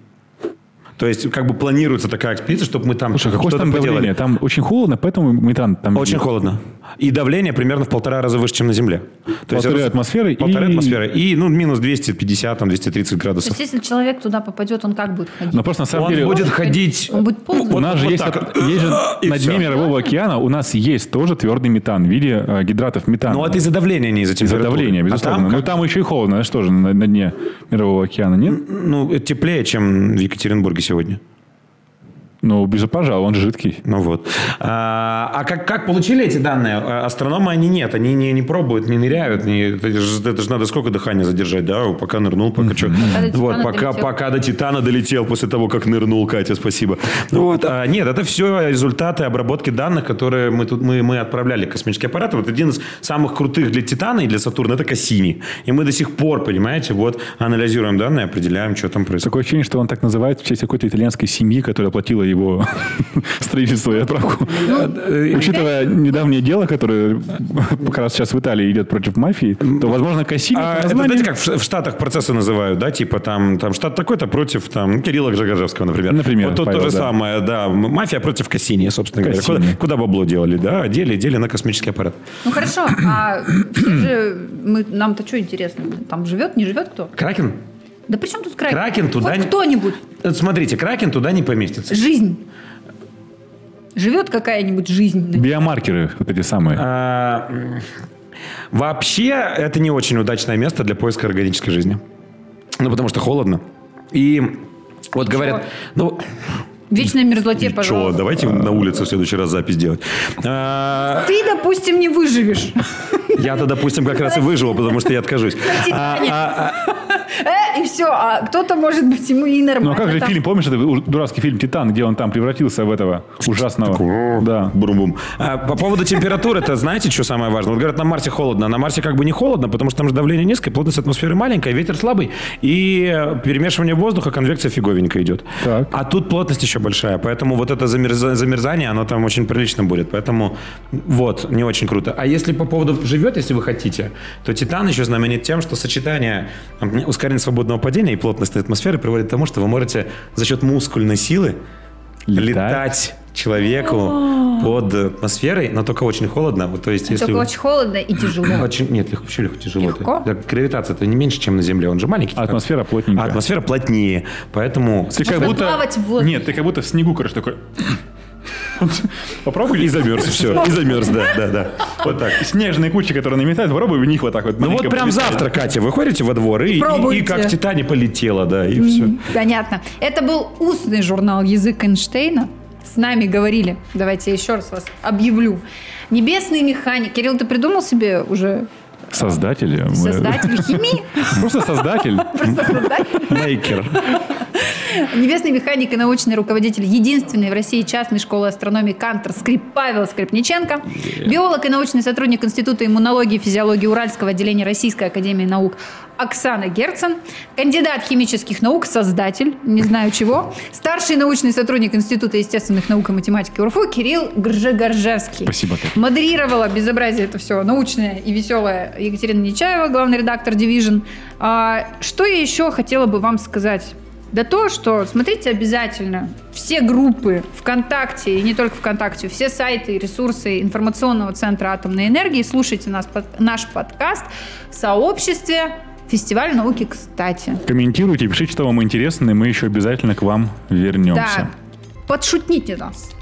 Speaker 4: То есть, как бы планируется такая экспедиция, чтобы мы там
Speaker 1: Слушай, какое же
Speaker 4: что-то
Speaker 1: там давление?
Speaker 4: поделали.
Speaker 1: Там очень холодно, поэтому метан там...
Speaker 4: Очень холодно. И давление примерно в полтора раза выше, чем на Земле. То
Speaker 1: Полторы
Speaker 4: это-
Speaker 1: атмосферы и-
Speaker 4: Полторы атмосферы. И, ну, минус 250, там, 230
Speaker 2: То
Speaker 4: градусов.
Speaker 2: есть, если человек туда попадет, он как будет ходить?
Speaker 1: Но просто на самом
Speaker 4: Он
Speaker 1: деле...
Speaker 4: будет ходить...
Speaker 2: Он будет ползать?
Speaker 1: У нас же
Speaker 4: вот
Speaker 1: есть,
Speaker 4: так.
Speaker 1: от- есть же
Speaker 4: И
Speaker 1: на
Speaker 4: всё.
Speaker 1: дне Мирового океана у нас есть тоже твердый метан в виде э, гидратов метана.
Speaker 4: Ну, это из-за давления, не из-за
Speaker 1: из-за
Speaker 4: температуры.
Speaker 1: давления,
Speaker 4: А
Speaker 1: безусловно.
Speaker 4: там
Speaker 1: Но там еще и холодно, знаешь, тоже на, на дне Мирового океана, нет?
Speaker 4: ну, это теплее, чем в Екатеринбурге сегодня.
Speaker 1: Ну, без пожалуй, он же жидкий.
Speaker 4: Ну вот. А, а как, как получили эти данные? А, Астрономы они нет, они не, не пробуют, не ныряют. Не, это, же, это же надо сколько дыхания задержать, да? О, Пока нырнул, пока что.
Speaker 2: Пока до
Speaker 4: Вот,
Speaker 2: Титана
Speaker 4: пока,
Speaker 2: долетел.
Speaker 4: пока до Титана долетел после того, как нырнул, Катя, спасибо. Вот. а, нет, это все результаты обработки данных, которые мы тут мы, мы отправляли в космические аппараты. Вот один из самых крутых для Титана и для Сатурна это Кассини. И мы до сих пор, понимаете, вот анализируем данные, определяем, что там происходит.
Speaker 1: Такое ощущение, что он так называется в честь какой-то итальянской семьи, которая оплатила его <laughs> строительство и отправку. <laughs>
Speaker 2: Ну,
Speaker 1: Учитывая недавнее дело, которое как раз сейчас в Италии идет против мафии, то, возможно, Кассини... <laughs>
Speaker 4: А,
Speaker 1: по
Speaker 4: это,
Speaker 1: названию-
Speaker 4: знаете, как в Ш- в Штатах процессы называют, да, типа там, там штат такой-то против там ну, Кирилла Жагажевского, например.
Speaker 1: Например,
Speaker 4: Вот тут
Speaker 1: Павел,
Speaker 4: то же
Speaker 1: да.
Speaker 4: самое, да, м- мафия против Кассини, собственно говоря.
Speaker 1: Кассини.
Speaker 4: Куда, куда бабло делали, да, дели, дели на космический аппарат.
Speaker 2: Ну хорошо, а все же мы, нам-то что интересно? Там живет, не живет кто?
Speaker 4: Кракен?
Speaker 2: Да при чем тут Кракен?
Speaker 4: Кракен туда
Speaker 2: Хоть
Speaker 4: не-
Speaker 2: кто-нибудь.
Speaker 4: Э, Смотрите, Кракен туда не поместится.
Speaker 2: Жизнь. Живет какая-нибудь жизнь?
Speaker 1: Биомаркеры вот эти самые.
Speaker 4: А, м, вообще, это не очень удачное место для поиска органической жизни. Ну, потому что холодно. И вот говорят, ну,
Speaker 2: Вечная мерзлоте,
Speaker 4: что,
Speaker 2: пожалуйста.
Speaker 4: давайте на улице в следующий раз запись делать. А,
Speaker 2: Ты, допустим, не выживешь. <laughs>
Speaker 4: Я-то, допустим, как раз и выживу, потому что я откажусь.
Speaker 2: Титане.
Speaker 4: А, а,
Speaker 2: Э, и все. А кто-то, может быть, ему и
Speaker 1: Ну
Speaker 2: нормально.
Speaker 1: а как же
Speaker 2: там.
Speaker 1: фильм, помнишь этот у- дурацкий фильм «Титан», где он там превратился в этого ужасного? Да.
Speaker 4: Брум-бум. А по поводу температуры, это знаете, что самое важное? Вот говорят, на Марсе холодно. А На Марсе как бы не холодно, потому что там же давление низкое, плотность атмосферы маленькая, ветер слабый. И э, перемешивание воздуха, конвекция фиговенько идет.
Speaker 1: Так.
Speaker 4: А тут плотность еще большая. Поэтому вот это замерза- замерзание, оно там очень прилично будет. Поэтому вот, не очень круто. А если по поводу живет, если вы хотите, то Титан еще знаменит тем, что сочетание м, ускорения свободного падения и плотности атмосферы приводит к тому, что вы можете за счет мускульной силы
Speaker 1: Летать.
Speaker 4: летать человеку под атмосферой, но только очень холодно. Вот, то есть, если
Speaker 2: А Только
Speaker 4: вы-
Speaker 2: очень холодно и тяжело.
Speaker 4: Очень- нет, легко, почему легко, тяжело.
Speaker 2: Легко?
Speaker 4: Так гравитация это не меньше, чем на Земле, он же маленький.
Speaker 1: А атмосфера плотненькая.
Speaker 4: А атмосфера плотнее, поэтому
Speaker 1: Ты как
Speaker 2: Можно
Speaker 1: будто...
Speaker 2: плавать в воздухе.
Speaker 1: Нет, ты как будто в снегу, короче, такой... Попробуй.
Speaker 4: и замерз все, и замерз, да, да, да. Вот так.
Speaker 1: Снежные кучи, которые наметают, попробуй в них вот так вот.
Speaker 4: Ну вот прям завтра, Катя, выходите во двор и, и- и,
Speaker 2: Пробуйте.
Speaker 4: как Титане полетела, да, и все.
Speaker 2: Понятно. Это был устный журнал «Язык Эйнштейна». С нами говорили, давайте я еще раз вас объявлю. Небесный механик. Кирилл, ты придумал себе уже
Speaker 1: Создатель. мы-
Speaker 2: создатель химии?
Speaker 1: <laughs> Просто создатель.
Speaker 2: Просто создатель.
Speaker 4: Мейкер.
Speaker 2: Небесный механик и научный руководитель единственной в России частной школы астрономии Кантер Скрип Павел Скрипниченко, биолог и научный сотрудник Института иммунологии и физиологии Уральского отделения Российской академии наук Оксана Герцен, кандидат химических наук, создатель, не знаю чего, старший научный сотрудник Института естественных наук и математики УРФУ Кирилл Гржегоржевский.
Speaker 1: Спасибо, Катя.
Speaker 2: Модерировала безобразие это все научное и веселое Екатерина Нечаева, главный редактор Division. А, что я еще хотела бы вам сказать? Да то, что смотрите обязательно все группы ВКонтакте, и не только ВКонтакте, все сайты и ресурсы информационного центра атомной энергии, слушайте нас, под- наш подкаст в сообществе Фестиваль науки, кстати.
Speaker 1: Комментируйте, пишите, что вам интересно, и мы еще обязательно к вам вернемся.
Speaker 2: Да, подшутните нас.